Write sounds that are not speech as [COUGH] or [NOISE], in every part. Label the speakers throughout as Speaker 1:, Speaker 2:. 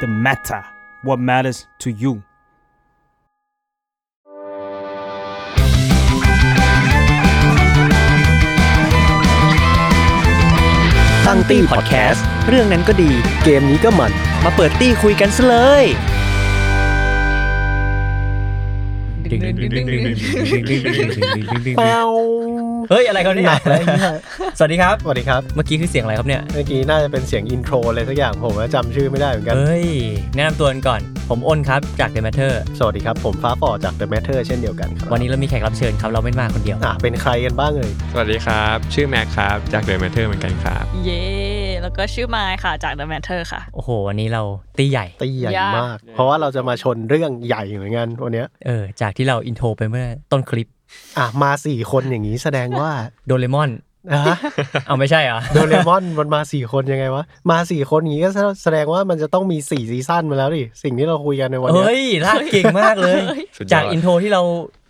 Speaker 1: the matter what matters to you
Speaker 2: ตั้งตี้พอดแคสต์เรื่องนั้นก็ดี เกมนี้ก็มัน มาเปิดตี้คุยกันซะเลย
Speaker 3: เฮ้ย อะไรเขาเนี่ยสวัสดีครับ
Speaker 4: สวัสดีครับ
Speaker 3: เมื่อกี้คือเสียงอะไรครับเนี่ย
Speaker 4: เมื่อกี้น่าจะเป็นเสียงอินโทรเลยสักอย่างผมก็จำชื่อไม่ได้เหมือนกัน
Speaker 3: เฮ้ย แนะนำตัวกันก่อน ผมอ้นครับ จาก The Matter
Speaker 4: สวัสดีครับ ผมฟ้าฝ่อจาก The Matter เช่นเดียวกันครับ
Speaker 3: วันนี้เรามีแขกรับเชิญครับ เราไม่ได้มาคนเดียว
Speaker 4: อ่ะเป็นใครกันบ้างเอ่ย
Speaker 5: สวัสดีครับ ชื่อแม็กครับ จากเดอะแมทเทอร์เหมือนกันครับ
Speaker 6: เย่แล้วก็ชื่อไมค์ค่ะจาก The Matter ค่ะ
Speaker 3: โอ้โห วันนี้เราตีใหญ่
Speaker 4: ตีใหญ่
Speaker 6: ยาก
Speaker 4: มาก เพราะว่าเราจะมาชนเรื่องใหญ่เหมือนกันวันเนี้ย
Speaker 3: เออ จากที่เราอินโทรไปเมื่อต้นคลิป
Speaker 4: อ่ะมาสี่คนอย่างนี้แสดงว่า
Speaker 3: โดเร [LAUGHS] มอน
Speaker 4: นะ
Speaker 3: เอาไม่ใช่เหรอ
Speaker 4: โดเรมอนมันมาสี่คนยังไงวะ มาสี่คนอย่างนี้ก็แสดงว่ามันจะต้องมีสี่ซีซั่นมาแล้วดิสิ่งที่เราคุยกันในวันเนี้ย
Speaker 3: เฮ้ยลากเก่งมากเลย
Speaker 5: สุดยอด
Speaker 3: จากอินโทรที่เรา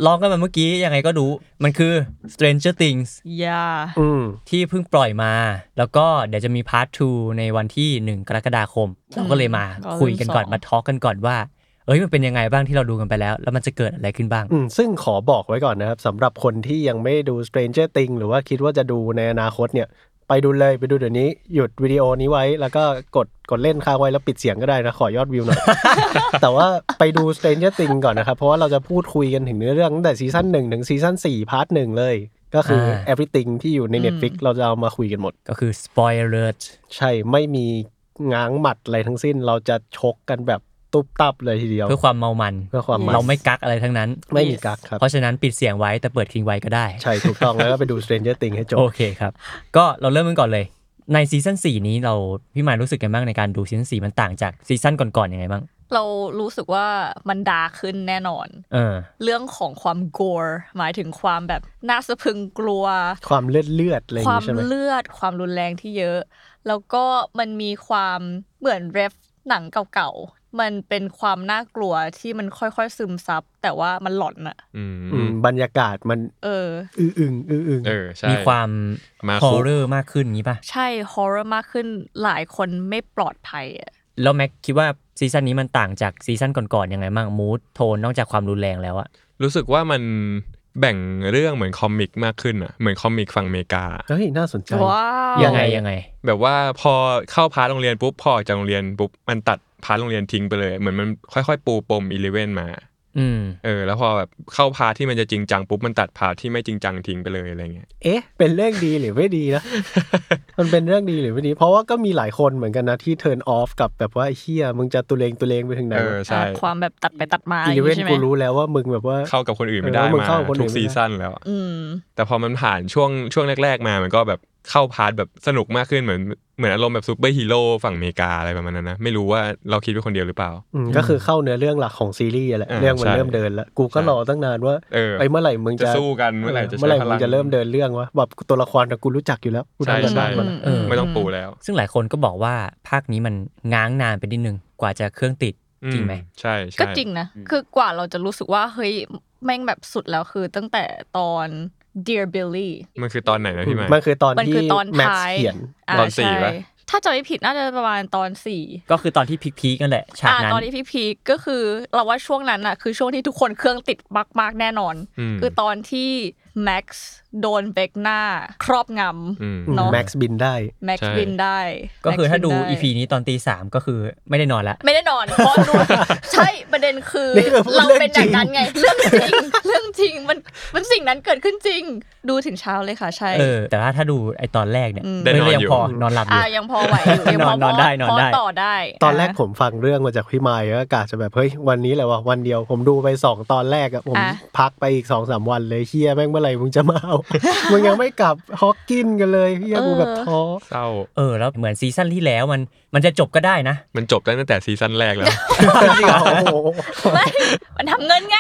Speaker 3: ร้องกันมาเมื่อกี้ ยังไงก็รู้ มันคือ Stranger Things
Speaker 6: ย่า
Speaker 4: อืม
Speaker 3: ที่เพิ่งปล่อยมา แล้วก็เดี๋ยวจะมีพาร์ท 2 ในวันที่ 1 กรกฎาคม เราก็เลยมาคุยกันก่อน มาทอล์กกันก่อนว่า เอ้ย มันเป็นยังไงบ้างที่เราดูกันไปแล้ว แล้วมันจะเกิดอะไรขึ้นบ้าง
Speaker 4: อืมซึ่งขอบอกไว้ก่อนนะครับสำหรับคนที่ยังไม่ดู Stranger Things หรือว่าคิดว่าจะดูในอนาคตเนี่ย ไปดูเลยไปดูเดี๋ยวนี้หยุดวิดีโอนี้ไว้แล้วก็กดกดเล่นค้างไว้แล้วปิดเสียงก็ได้นะ ขอยอดวิวหน่อย [LAUGHS] แต่ว่าไปดู Stranger Things ก่อนนะครับ เพราะว่าเราจะพูดคุยกันถึงเนื้อเรื่องตั้งแต่ซีซั่นหนึ่งถึงซีซั่นสี่พาร์ทหนึ่งเลย ก็คือ
Speaker 3: อ่า
Speaker 4: everything ที่อยู่ใน Netflix เราจะเอามาคุยกันหมด
Speaker 3: ก็คือ spoiler alert
Speaker 4: ใช่ไม่มีง้างหมัดอะไรทั้งสิ้นเราจะชกกันแบบตุบตับเลยทีเดียว
Speaker 3: เพื่อความเมามัน
Speaker 4: เพื่อความมัน
Speaker 3: เราไม่กักอะไรทั้งนั้น
Speaker 4: ไม่มีกักครับ
Speaker 3: เพราะฉะนั้นปิดเสียงไว้แต่เปิดทิ้งไว้ก็ได้
Speaker 4: ใช่ถูกต้องแล้วก็ไปดู Stranger Things ให้จ
Speaker 3: โอบ เคครับ ก็เราเริ่มกันก่อนเลย ในซีซั่น4นี้เราพี่หมายรู้สึกกันบ้างในการดูซีซั่น4มันต่างจากซีซั่นก่อนๆยังไงบ้าง
Speaker 6: เรารู้สึกว่ามันดาร์กขึ้นแน่นอน
Speaker 3: เออ
Speaker 6: เรื่องของความโกรหมายถึงความแบบน่าสะพรึงกลัว
Speaker 4: ความเลือดเลือดอะไรอย่า
Speaker 6: ค
Speaker 4: ง
Speaker 6: วาม
Speaker 4: นี้ใช่ไหม
Speaker 6: เลือดความรุนแรงที่เยอะ แล้วก็มันมีความเหมือนเรฟหนังเก่าๆ มันเป็นความน่ากลัวที่มันค่อยๆซึมซับ แต่ว่ามันหลอนอะ
Speaker 5: อืม
Speaker 4: อืมบรรยากาศมัน
Speaker 6: เออ
Speaker 4: อื้ออึงอื้ออึง
Speaker 5: เออ ใช่
Speaker 3: มีความ
Speaker 5: มา
Speaker 3: ฮ
Speaker 5: คุ
Speaker 3: อก ร์เรอร์มากขึ้นงี้ป่ะ
Speaker 6: ใช่ฮอร์เรมากขึ้นหลายคนไม่ปลอดภัยอะ
Speaker 3: แล้วแม็กคิดว่าซีซั่นนี้มันต่างจากซีซั่นก่อนๆยังไงบ้างมูดโทนนอกจากความรุนแรงแล้วอะ
Speaker 5: รู้สึกว่ามันแบ่งเรื่องเหมือนคอมิกมากขึ้นอ่ะ เหมือนคอมิกฝั่งอเมริกา
Speaker 4: เฮ้ยน่าสนใจ
Speaker 6: ว้าว
Speaker 3: ยังไงยังไง
Speaker 5: แบบว่าพอเข้าพาร์ทโรงเรียนปุ๊บ พอออกจากโรงเรียนปุ๊บ มันตัดพาร์ทโรงเรียนทิ้งไปเลย เหมือนมันค่อยๆ ปูปมอีเลเวนมา
Speaker 3: อืม
Speaker 5: เออ แล้วพอแบบเข้าพาร์ทที่มันจะจริงจังปุ๊บ มันตัดพาร์ทที่ไม่จริงจังทิ้งไปเลยอะไรเงี้ย
Speaker 4: เอ๊ะ เป็นเรื่องดีหรือไม่ดีนะ
Speaker 5: [LAUGHS]
Speaker 4: มันเป็นเรื่องดีหรือไม่ดี เพราะว่าก็มีหลายคนเหมือนกันนะ ที่เทิร์นออฟกับแบบว่าไอ้เฮียมึงจะตุเลงตุเลงไปถึงไหน
Speaker 5: เออ ใช่
Speaker 6: อ่ะความแบบตัดไปตัดมา
Speaker 4: อี
Speaker 6: อย่าง
Speaker 4: เว
Speaker 6: งี้
Speaker 4: นต์
Speaker 6: ใช่ไหม
Speaker 4: กูรู้แล้วว่ามึงแบบว่า
Speaker 5: เข้ากับคนอื่นไม่ได้
Speaker 4: เออมัน
Speaker 5: มา
Speaker 4: เข้ากับคนอื่น
Speaker 5: ทุก
Speaker 4: ไม่ได้
Speaker 5: ซีซั่นแล้ว
Speaker 6: อืม
Speaker 5: แต่พอมันผ่านช่วงช่วงแรก ๆ มา มันก็แบบเข้าพาร์ทแบบสนุกมากขึ้นเหมือนเหมือนอารมณ์แบบซูเปอร์ฮีโร่ฝั่งอเมริกาอะไรประมาณนั้นนะ ไม่รู้ว่าเราคิดเป็นคนเดียวหรือเปล่า
Speaker 4: อืมก็คือเข้าเนื้อเรื่องหลักของซีรีส์แหละ
Speaker 5: อ่า
Speaker 4: เรื่องมัน
Speaker 5: ใช่
Speaker 4: เริ่มเดินแล้ว กูก็
Speaker 5: ใช่
Speaker 4: รอตั้งนานว่า
Speaker 5: เออ
Speaker 4: ไอ้เมื่อไหร่มึงจะ
Speaker 5: จะสู้กันเมื่อไหร่จะใช้
Speaker 4: เมื่อไหร่มึงจะ
Speaker 5: พลัง
Speaker 4: เริ่มเดินเรื่องวะแบบตัวละครแต่กูรู้จักอยู่แล้วกู
Speaker 5: ใช่
Speaker 4: ทำกัน
Speaker 5: ใช่
Speaker 4: บ้านมาแล้ว
Speaker 3: เออ
Speaker 5: ไม่ต้องปูแล้ว
Speaker 3: ซึ่งหลายคนก็บอกว่าภาคนี้มันง้างนานไปนิดนึง กว่าจะเครื่องติดจริงไหม
Speaker 5: อืใช่ใช่
Speaker 6: ก็จริงนะ คือกว่าเราจะรู้สึกว่า เฮ้ย แม่งแบบสุดแล้วคือตั้งแต่ตอน Dear Billy
Speaker 5: มันคือตอนไหนนะพี่หมาย
Speaker 4: มันคือตอน
Speaker 6: มัน
Speaker 4: ที่
Speaker 6: คือตอน
Speaker 4: แม็ก
Speaker 6: ท้า
Speaker 4: ซ์
Speaker 6: ย
Speaker 4: เขียน
Speaker 6: ะ
Speaker 5: ตอนสี่
Speaker 6: ใช่
Speaker 5: ปะ
Speaker 6: ถ้าจำไม่ผิดน่าจะประมาณตอนสี่
Speaker 3: ก็คือตอนที่พีคๆกันแหละ ฉาก
Speaker 6: อ่ะ
Speaker 3: นั้น
Speaker 6: ตอนที่พี่พีคก็คือเราว่าช่วงนั้นอ่ะ คือช่วงที่ทุกคนเครื่องติดมากๆแน่นอน
Speaker 5: อืม
Speaker 6: คือตอนที่แม็กซ์โดนเบกหน้า ครอบงำ
Speaker 5: อืม
Speaker 6: เนอะ
Speaker 4: แม็กซ์บินได้
Speaker 6: แม็ก
Speaker 5: ใช่
Speaker 6: ซ์วินได้
Speaker 3: ก็คือถ้าดู
Speaker 6: แม็กซ์วินไ
Speaker 3: EP นี้ตอนตีสามก็คือไม่ได้นอนละ
Speaker 6: ไม่ได้นอนเพราะดู ใช่ประเด็นคือ
Speaker 4: นี่คือพูด
Speaker 6: เรา
Speaker 4: เรื่อง
Speaker 6: เป็น
Speaker 4: จ
Speaker 6: อ
Speaker 4: ริ
Speaker 6: ย่าง งนั้นไง เรื่องจริง เรื่องจริงมันมันสิ่งนั้นเกิดขึ้นจริง ดูถึงเช้าเลยค่ะ ใช่
Speaker 3: เออ แต่ว่าถ้าดูไอตอนแรกเนี่ย
Speaker 6: อืม
Speaker 5: ได้นอน
Speaker 3: ก็ยั
Speaker 5: อยู่
Speaker 3: พอนอนหลับอยู่
Speaker 6: อ่ะยังพอไหวอยู่ยังพอน
Speaker 3: อนได้นอนได้
Speaker 6: พต่อได้
Speaker 4: ตอนแรก
Speaker 6: ะ
Speaker 4: ผมฟังเรื่องมาจากพี่ไมค์ก็กะจะแบบเฮ้ยวันนี้แหละว่ะวันเดียวผมดูไปสองตอนแรกอะผม
Speaker 6: อ่ะ
Speaker 4: พักไปอีกสองสามวันเลยเฮียแม่งเมื่อไหร่มึงจะมาเอา [LAUGHS] มึงยังไม่กลับฮอกกินกันเลยเฮียกูแบบท้อ
Speaker 5: เศร้า
Speaker 3: เออแล้วเหมือนซีซั่นที่แล้วมันมันจะจบก็ได้นะ
Speaker 5: มันจบตั้งแต่ซีซั่นแรกแล้ว
Speaker 6: ไม่มันทำเงินไง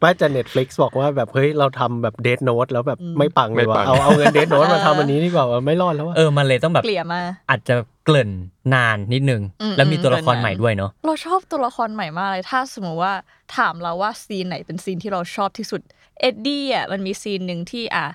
Speaker 4: ไม่แต่ Netflix บอกว่าแบบ เฮ้ย เราทำแบบเดทโน้ตแล้วแบบไม่ปังเลย
Speaker 5: ไม่ปั
Speaker 4: ว่ะ
Speaker 5: ง
Speaker 4: เอาเอาเงินเดทโน้ต
Speaker 6: เออ
Speaker 4: มาทำอันนี้นี่แบบว่าไม่รอดแล้วว่ะ
Speaker 3: เออมันเลยต้องแบบ
Speaker 6: เกลี่ยมา
Speaker 3: อาจจะเกริ่นนานนิดนึง
Speaker 6: อืม
Speaker 3: แล้วมี
Speaker 6: อืม
Speaker 3: ตัวละคร
Speaker 6: เกริ่นนาน
Speaker 3: ใหม่ด้วยเนาะ
Speaker 6: เราชอบตัวละครใหม่มากเลย ถ้าสมมติว่าถามเราว่าซีนไหนเป็นซีนที่เราชอบที่สุด เอ็ดดี้อ่ะมันมีซีนหนึ่งที่อ่ะ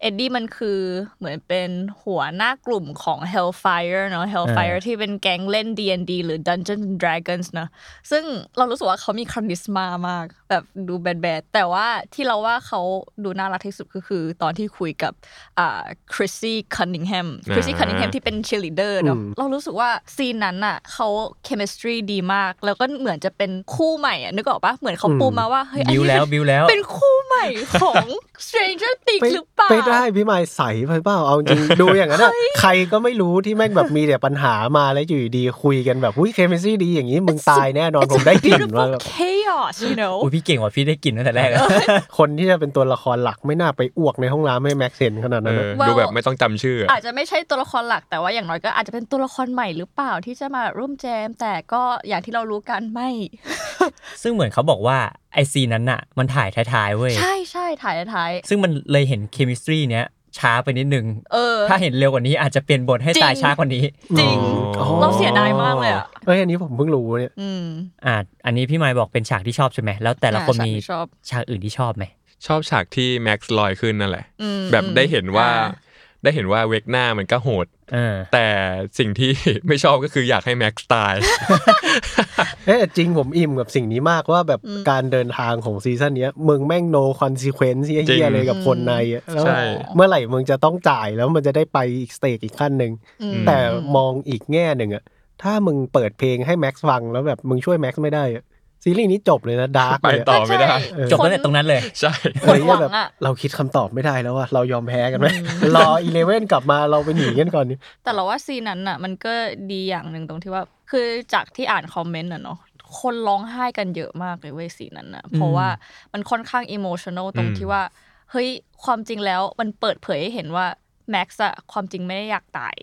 Speaker 6: เอ็ดดี้มันคือเหมือนเป็นหัวหน้ากลุ่มของ Hellfire เนาะ Hellfire ที่เป็นแก๊งเล่น D&D หรือ Dungeons and Dragons เนาะ ซึ่งเรารู้สึกว่าเขามีคาริสมามาก แบบดูแบดๆ แต่ว่าที่เราว่าเขาดูน่ารักที่สุดก็คือตอนที่คุยกับอ่าคริสซี่คันนิงแฮมคริสซี่
Speaker 5: อ่า
Speaker 6: คันนิงแฮมที่เป็นเชลิเดอร์เนาะเรารู้สึกว่าซีนนั้นอ่ะเขาเคมีสตรีดีมาก แล้วก็เหมือนจะเป็นคู่ใหม่อ่ะนึกออกปะเหมือนเขาปูมาว่าเฮ้ยอัน
Speaker 3: บิว
Speaker 6: นี้
Speaker 3: แล้ว
Speaker 6: เป็น
Speaker 3: บิวแล้ว
Speaker 6: เป็นคู่ใหม่ของ Stranger Things หรือเปล่า
Speaker 4: ไปได้พี่หมายใสไปเปล่าเอาจริง ดูอย่างนั้นอะใครก็ไม่รู้ที่แม่งแบบมีแต่ปัญหามาแล้วอยู่ดีๆคุยกันแบบอุ้ยเคมีซี่ดีอย่างนี้มึง
Speaker 6: It's
Speaker 4: ตายแน่นอน
Speaker 6: It's
Speaker 4: ผมได้กลิ่น
Speaker 6: beautiful
Speaker 4: ว่าแบบ
Speaker 6: chaos you know
Speaker 3: อุ้ยพี่เก่งว่ะพี่ได้กลิ่นตั้งแต่แรกอะ
Speaker 4: คนที่จะเป็นตัวละครหลักไม่น่าไปอ้วกในห้องน้ำให้แม็กเซนขนาด
Speaker 5: เอ
Speaker 4: นั้น
Speaker 5: อ
Speaker 4: นะ
Speaker 6: ว่า
Speaker 5: ดูแบบไม่ต้องจำชื่ออะ
Speaker 6: อาจจะไม่ใช่ตัวละครหลักแต่ว่าอย่างน้อยก็อาจจะเป็นตัวละครใหม่หรือเปล่าที่จะมาร่วมแจม แต่ก็อย่างที่เรารู้กันไม่
Speaker 3: [LAUGHS] ซึ่งเหมือนเขาบอกว่าไอซีนนั้นน่ะ มันถ่ายท้ายๆเว้ย
Speaker 6: ใช่ใช่ถ่ายท้าย
Speaker 3: ซึ่งมันเลยเห็นเคมิสตรีเนี้ยช้าไปนิดนึง
Speaker 6: เออ
Speaker 3: ถ้าเห็นเร็วกว่านี้อาจจะเปลี่ยนบทให้
Speaker 6: จริง
Speaker 3: ตายช้ากว่านี้
Speaker 6: จริง
Speaker 5: อ๋อ
Speaker 6: เราเสียดายมากเลยอ่ะ
Speaker 4: เอ้ยอันนี้ผมเพิ่งรู้เนี่ย
Speaker 6: อืม
Speaker 3: อ่าอันนี้พี่ไมายบอกเป็นฉากที่ชอบใช่ไหมแล้วแต่ละคนมี
Speaker 6: อ่าฉัชอบ
Speaker 3: ฉากอื่นที่ชอบไหม
Speaker 5: ชอบฉากที่แม็กซ์ลอยขึ้นนั่นแหละ
Speaker 6: อืม
Speaker 5: แบบได้เห็นว่า
Speaker 6: อ่
Speaker 5: ได้เห็นว่าเวกหน้ามันก็โหด
Speaker 3: เออ
Speaker 5: แต่สิ่งที่ [LAUGHS] ไม่ชอบก็คืออยากให้แม็กซ์ตาย
Speaker 4: เอ้ยจริงผมอิ่มกับสิ่งนี้มากว่าแบบการเดินทางของซีซั่นเนี้ยมึงแม่งโนคอนซีเควนซ์เฮียๆเลยกับคนในอะแล้ว
Speaker 5: ใช่
Speaker 4: เมื่อไหร่มึงจะต้องจ่ายแล้วมันจะได้ไปอีกสเตจอีกขั้นหนึ่ง
Speaker 6: อืม
Speaker 4: แต่มองอีกแง่หนึ่งอะถ้ามึงเปิดเพลงให้แม็กซ์ฟังแล้วแบบมึงช่วยแม็กซ์ไม่ได้อะซีรีส์นี้จบเลยนะดาร์ก
Speaker 5: ไป
Speaker 4: เลยอะ
Speaker 5: ต่อไม่ได้
Speaker 4: เออ
Speaker 3: จบตั้งแต่ตรงนั้นเลย
Speaker 5: ใช่
Speaker 6: หมดหวังอะ
Speaker 4: เฮ้ยแบบเราคิดคำตอบไม่ได้แล้วว่าเรายอมแพ้กันไหมรออีเลเว่นกลับมาเราไปหนีกันก่อนดิ
Speaker 6: แต่เราว่าซีนนั้นอ่ะ มันก็ดีอย่างหนึ่งตรงที่ว่า คือจากที่อ่านคอมเมนต์อ่ะเนาะคนร้องไห้กันเยอะมากเลยเว้ยซีนนั้นอ่ะ เพราะว่ามันค่อนข้างอิโมชัน a l ตรง
Speaker 5: อืม
Speaker 6: ที่ว่า เฮ้ย ความจริงแล้วมันเปิดเผยให้เห็นว่าแม็กซ์อะความจริงไม่ได้อยากตาย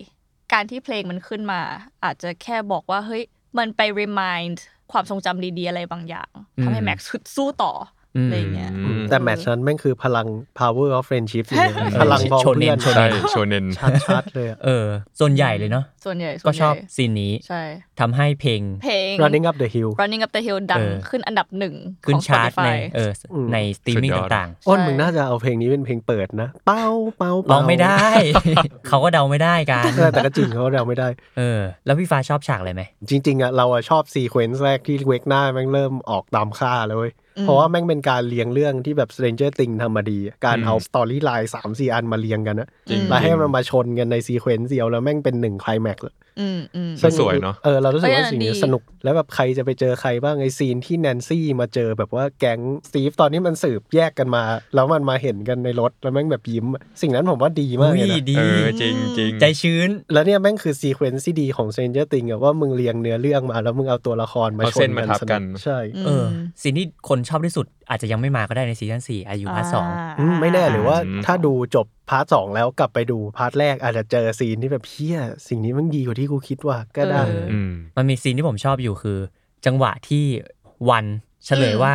Speaker 6: การที่เพลงมันขึ้นมา อาจจะแค่บอกว่า เฮ้ย มันไป remind ความทรงจำดีๆ อะไรบางอย่างทำให้
Speaker 3: อืม
Speaker 6: แม็กซ์สู้ต่ออ
Speaker 3: อืม
Speaker 6: อะไรอย่างเงี้ย
Speaker 5: อืม
Speaker 4: แต่แมตช์นั้นแม่งคือพลัง power of friendship อยู่เลย
Speaker 3: เออ
Speaker 4: พลังพองเพื่อน
Speaker 3: โชเ
Speaker 5: ใช่โชเนน
Speaker 4: ชัดๆเลยอะ
Speaker 3: เออ ส่วนใหญ่เลยเนาะ
Speaker 6: ส่วนใหญ่ส่
Speaker 3: ก็
Speaker 6: วน
Speaker 3: ช
Speaker 6: ให
Speaker 3: อบ
Speaker 6: ญ่
Speaker 3: ซีนนี้
Speaker 6: ใช่
Speaker 3: ทำให้เพลง
Speaker 6: เพลง
Speaker 4: running up the hill
Speaker 6: Running Up the Hill ดัง
Speaker 3: เออ
Speaker 6: ขึ้นอันดับหนึ่ง
Speaker 3: ขึ้
Speaker 6: ข
Speaker 3: น
Speaker 6: อง
Speaker 3: ชาร์ตใน
Speaker 6: Spotify
Speaker 3: เออ
Speaker 4: อืม
Speaker 3: ในสตรีมมิ่ง
Speaker 5: สุดยอด
Speaker 3: ต่าง
Speaker 4: อ้นมึงน่าจะเอาเพลงนี้เป็นเพลงเปิดนะเป้าเป้า
Speaker 3: ๆ
Speaker 4: เป้า
Speaker 3: ร้องไม่ได้ เขาก็เดาไม่ได้กัน
Speaker 4: เออแต่ก็จริงเขาเราไม่ได้
Speaker 3: เออ แล้วพี่ฟ้าชอบฉากอะไรไหม
Speaker 4: จริงๆอ่ะเราอะชอบซีเควนซ์แรกที่เวกหน้าแม่งเริ่มออกตามค่าเลยเว้ย
Speaker 6: อืม
Speaker 4: เพราะว่าแม่งเป็นการเลี้ยงเรื่องที่แบบ Stranger Things ทำมาดีอะการ
Speaker 5: อืม
Speaker 4: เอาสตอรี่ไลน์สามสี่อันมาเรียงกันนะ
Speaker 5: จริง
Speaker 4: แล้วให้มันมาชนกันในซีเควนซ์เดียวแล้วแม่งเป็นหนึ่งไคลแม็กซ์
Speaker 6: อืมอืม
Speaker 5: สวยเนอะ
Speaker 4: เออเรารู้สึกว่า
Speaker 6: เออ
Speaker 4: สิ่งนี้
Speaker 6: ดี
Speaker 4: สนุกแล้วแบบใครจะไปเจอใครบ้างไอซีนที่แนนซี่มาเจอแบบว่าแก๊งสตีฟตอนนี้มันสืบแยกกันมา แล้วมันมาเห็นกันในรถแล้วแม่งแบบ
Speaker 5: [LAUGHS]
Speaker 4: ยิ้มอะสิ่งนั้นผมว่าดีมากเลย
Speaker 3: อุ้
Speaker 4: นะ
Speaker 3: ยดี
Speaker 5: เออจริงจริง
Speaker 3: ใจชื้น
Speaker 4: แล้วเนี่ยแม่งคือซีเควนซ์ที่ดีของ Stranger Things อะว่ามึงเรียงเนื้อเรื่องมา แล้วมึงเอาตัวละครมา
Speaker 5: เอา
Speaker 4: ช
Speaker 5: เส้
Speaker 4: น
Speaker 5: น
Speaker 4: กั
Speaker 5: มา
Speaker 4: น
Speaker 5: ทับกัน
Speaker 4: ใช่
Speaker 3: เออสิ่งที่คนชอบที่สุดอาจจะยังไม่มาก็ได้ในซีซั่นสี่อายุพาร์ทสอง
Speaker 4: อืมไม่แน่หรือว่า
Speaker 5: อืม
Speaker 4: ถ้าดูจบพาร์ทสองแล้วกลับไปดูพาร์ทแรกอาจจะเจอซีนที่แบบเพี้ยสิ่งนี้มันดีกว่าที่กูคิดว่าก็ได้
Speaker 6: เออ
Speaker 5: อืม
Speaker 3: มันมีซีนที่ผมชอบอยู่คือ จังหวะที่วันเฉลยว่า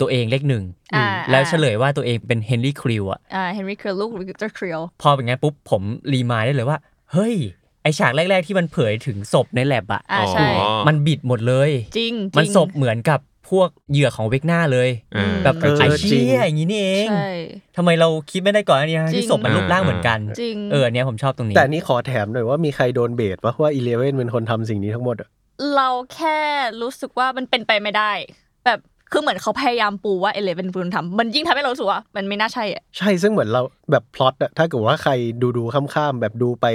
Speaker 3: ตัวเองเลขหนึ่ง
Speaker 6: อ่า
Speaker 3: แล้วเฉลยว่าตัวเองเป็นเฮนรี่คริวอะ
Speaker 6: อ่าเฮนรี่เคลลูกวิกเตอร์ครีล
Speaker 3: พอเป็นงั้นปุ๊บผมรีมายได้เลยว่า เฮ้ย ไอฉากแรก ๆ ที่มันเผยถึงศพในแลบอะ
Speaker 6: อ่าใช่
Speaker 3: มันบิดหมดเลย
Speaker 6: จริงจริง
Speaker 3: มันศพเหมือนกับพวกเหยื่อของเวกหน้าเลย
Speaker 5: เออ
Speaker 3: แบบ
Speaker 4: เออ
Speaker 3: ไอ้
Speaker 4: จริ
Speaker 3: เชี่
Speaker 4: ง
Speaker 3: ยอย่างนี้นี่เอง
Speaker 6: ใช่
Speaker 3: ทำไมเราคิดไม่ได้ก่อนอันเนี้ย
Speaker 6: จริง
Speaker 3: ที่ศพมันรูปร่างเหมือนกัน
Speaker 6: จริง
Speaker 3: เอออนเนี้ยผมชอบตรงนี้
Speaker 4: แต่นี่ขอแถมหน่อยว่ามีใครโดนเบสว่าว่าอีเลเว่นเป็นคนทำสิ่งนี้ทั้งหมดอะ
Speaker 6: เราแค่รู้สึกว่ามันเป็นไปไม่ได้ แบบคือเหมือนเขาพยายามปูว่าเอเลเป็นคนทำมันยิ่งทำให้เรารู้สึกว่ามันไม่น่าใช่อ่ะ
Speaker 4: ใช่ซึ่งเหมือนเราแบบพล็อตอะถ้าเกิดว่าใครดูดูๆข้ามๆแบบดูไป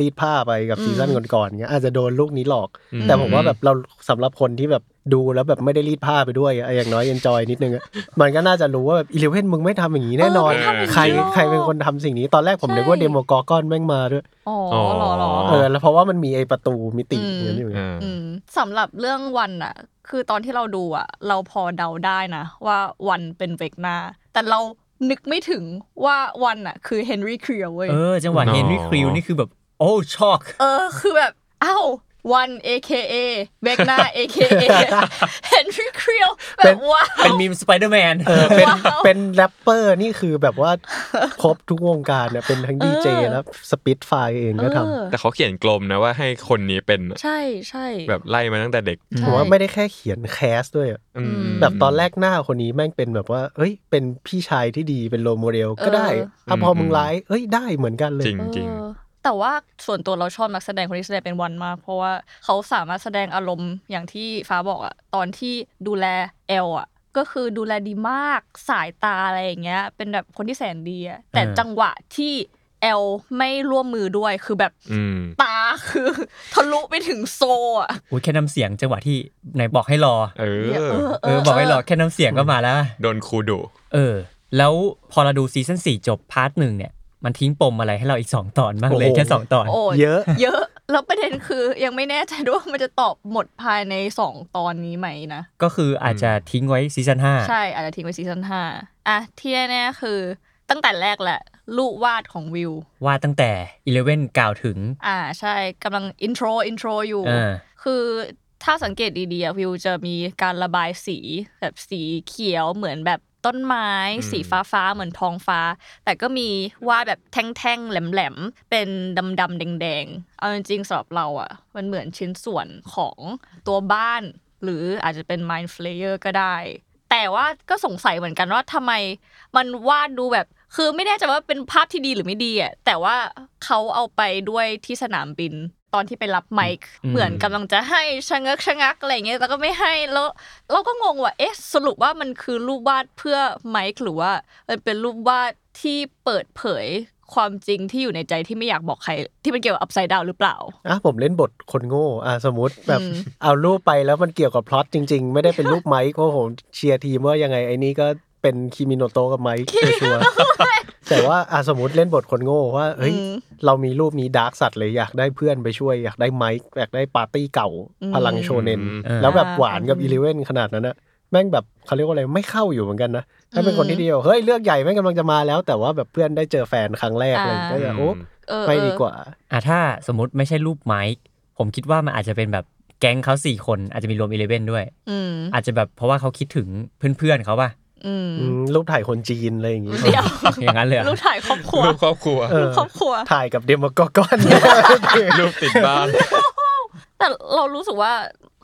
Speaker 4: รีดผ้าไปกับซีซั่นก่อนๆเงี้ยอาจจะโดนลูกนี้หลอก
Speaker 5: อืม
Speaker 4: แต่ผมว่าแบบเราสำหรับคนที่แบบดูแล้วแบบไม่ได้รีดผ้าไปด้วยอะอย่างน้อยเอนจอยนิดนึงอะมันก็น่าจะรู้ว่าแบบอีเลเว่นมึงไม่ทำอย่างนี้แน่นอน
Speaker 6: เออไม่ทำอย่างนี้
Speaker 4: ใคร
Speaker 6: หรอก
Speaker 4: ใครเป็นคนทำสิ่งนี้ตอนแรกผม
Speaker 6: ใช่
Speaker 4: นึกว่าเดโมกอร์กอนแม่งมาด้วย
Speaker 6: อ๋อหรอหรอ
Speaker 5: อ๋อ
Speaker 4: เออแล้วเพราะว่ามันมีไอประตูมิติ
Speaker 6: อืม
Speaker 4: อย่างนี้อยู่ไง
Speaker 5: อ่า
Speaker 6: อืมสำหรับเรื่องวันอะคือตอนที่เราดูอะเราพอเดาได้นะ ว่าวันเป็นเวกหน้า แต่เรา นึกไม่ถึงว่าวันอ่ะ คือเฮนรี่ครีลเว้ย
Speaker 3: เออ จังหวะ
Speaker 5: อ๋อ
Speaker 3: เฮนรี่คริวนี่คือแบบ โอ้ช็อก
Speaker 6: เออ คือแบบ อ้าววัน AKA เบก [LAUGHS] นา AKA เฮนรี่ครีลแบ
Speaker 4: เป็น
Speaker 6: บว้า
Speaker 3: เป็
Speaker 6: วน
Speaker 3: มีมสไปเดอร์แมน
Speaker 4: เออเป็นเป็นแรปเปอร์นี่คือแบบว่า ครบทุกวงการเนี่ยเป็นทั้งดีเจแล้วสปิดไฟเองก็ทำ
Speaker 6: เออ
Speaker 5: แต่เขาเขียนกลมนะว่าให้คนนี้เป็นอะ
Speaker 6: ใช่ใช่
Speaker 5: แบบไล่มาตั้งแต่เด็ก
Speaker 4: ผมว่าไม่ได้แค่เขียนแคสด้วยอะ
Speaker 5: อืม
Speaker 4: แบบตอนแรกหน้าคนนี้แม่งเป็นแบบว่า เอ้ย เป็นพี่ชายที่ดีเป็นโรลโมเดลก็ได้ถ้าพอมึงร้ายเอ้ยได้เหมือนกันเลย
Speaker 5: จริงจริง
Speaker 6: เออแต่ว่าส่วนตัวเราชอบนักแสดงคนที่แสดงเป็นวันมาก เพราะว่าเขาสามารถแสดงอารมณ์อย่างที่ฟ้าบอกอะตอนที่ดูแลเอลอะก็คือดูแลดีมากสายตาอะไรอย่างเงี้ย เป็นแบบคนที่แสนดีอะแต่
Speaker 3: เออ
Speaker 6: จังหวะที่เอลไม่ร่วมมือด้วยคือแบบ
Speaker 5: อืม
Speaker 6: ตาคือ [LAUGHS] ทะลุไปถึงโซอ่ะ
Speaker 3: โอ้ยแค่น้ำเสียงจังหวะที่ไหนบอกให้รอ
Speaker 5: เออ
Speaker 3: เออ บอกให้รอแค่น้ำเสียงก็มาแล้ว
Speaker 5: โดนครูดุ
Speaker 3: เออ แล้วพอเราดูซีซั่นสี่จบพาร์ทหนึ่งเนี่ย มันทิ้งปมอะไรให้เราอีก 2 ตอนบ้างเลย
Speaker 4: โอ้โห
Speaker 3: แค่สองตอน
Speaker 6: โอ้
Speaker 4: เยอะ
Speaker 6: [LAUGHS] เยอะ แล้วประเด็นคือยังไม่แน่ใจด้วยว่ามันจะตอบหมดภายในสองตอนนี้ไหมนะ
Speaker 3: ก็คืออาจจะทิ้งไว้ซีซั่นห้า
Speaker 6: ใช่ อาจจะทิ้งไว้ซีซั่นห้าอ่ะ ที่แน่ๆคือ ตั้งแต่แรกแหละ ลูกวาดของวิว
Speaker 3: ว่าตั้งแต่ 11 กล่าวถึง
Speaker 6: อ่าใช่กำลังอินโทรอินโทรอยู่
Speaker 3: เออ
Speaker 6: คือถ้าสังเกตดีๆอะวิวจะมีการระบายสี แบบสีเขียวเหมือนแบบต้นไม้ สีฟ้าๆ เหมือนท้องฟ้า แต่ก็มีวาดแบบแท่งๆ แหลมๆ เป็นดำๆแดงๆ เอาจริงๆสำหรับเราอ่ะ มันเหมือนชิ้นส่วนของตัวบ้าน หรืออาจจะเป็น Mind Flayer ก็ได้ แต่ว่าก็สงสัยเหมือนกันว่าทำไม มันวาดดูแบบ คือไม่แน่ใจว่าเป็นภาพที่ดีหรือไม่ดีอ่ะแต่ว่าเขาเอาไปด้วยที่สนามบิน ตอนที่ไปรับไมค์
Speaker 3: อืม
Speaker 6: เหมือนกำลังจะให้ชะเงักชะงักอะไรอย่างเงี้ยแต่ก็ไม่ให้แล้วเราก็งงว่าเอ๊ะสรุปว่ามันคือรูปวาดเพื่อไมค์หรือว่ามันเป็นรูปวาดที่เปิดเผยความจริงที่อยู่ในใจที่ไม่อยากบอกใคร ที่มันเกี่ยวกับอัพไซด์ดาวหรือเปล่า
Speaker 4: อ่ะผมเล่นบทคนโง่อ่ะสมมติแบบ
Speaker 6: อืม
Speaker 4: เอารูปไปแล้วมันเกี่ยวกับพล็อตจริง ๆ ไม่ได้เป็นรูปไมค์เพราะผมเชียร์ทีมว่ายังไงไอ้นี่ก็เป็นคิมิโนโตะกับไมค์ชัวร์ๆแต่ว่าอ่ะสมมติเล่นบทคนโง่ว่าเฮ้ย
Speaker 6: อืม
Speaker 4: เรามีรูปนี้ดาร์กสัตว์เลยอยากได้เพื่อนไปช่วย อยากได้ไมค์อยากได้ปาร์ตี้เก่า
Speaker 6: อืม
Speaker 4: พลังโชเนน
Speaker 5: อืม
Speaker 3: เออ
Speaker 4: แล้วแบบหวานกับอีเลเวนขนาดนั้นนะแม่งแบบเขาเรียกว่าอะไรไม่เข้าอยู่เหมือนกันนะถ้าเป็นคนที่เดียวเฮ้ยเลือกใหญ่แม่งกำลังจะมาแล้ว แต่ว่าแบบเพื่อนได้เจอแฟนครั้งแรกเลยก็จะโอ้
Speaker 6: เออ
Speaker 4: ไม่ดีกว่า
Speaker 3: อ่ะถ้าสมมติไม่ใช่รูปไม้ผมคิดว่ามันอาจจะเป็นแบบแก๊งเขาสี่คนอาจจะมีรวม11ด้วย
Speaker 6: อืม
Speaker 3: อาจจะแบบเพราะว่าเขาคิดถึงเพื่อนๆเขาป่ะ
Speaker 6: อืม
Speaker 4: อืมรูปถ่ายคนจีนอะไรอย่างงี้
Speaker 6: เดี๋ยว
Speaker 3: อย่างนั้นเลยเหรอ
Speaker 6: รูปถ่ายครอบครัว
Speaker 5: รูปครอบครัว
Speaker 4: เอ
Speaker 6: รู
Speaker 4: อ
Speaker 6: ปครอบครัว
Speaker 4: ถ่ายกับเดโมกอร์กอน
Speaker 5: รูปติดบ้าน
Speaker 6: แต่เรารู้สึกว่า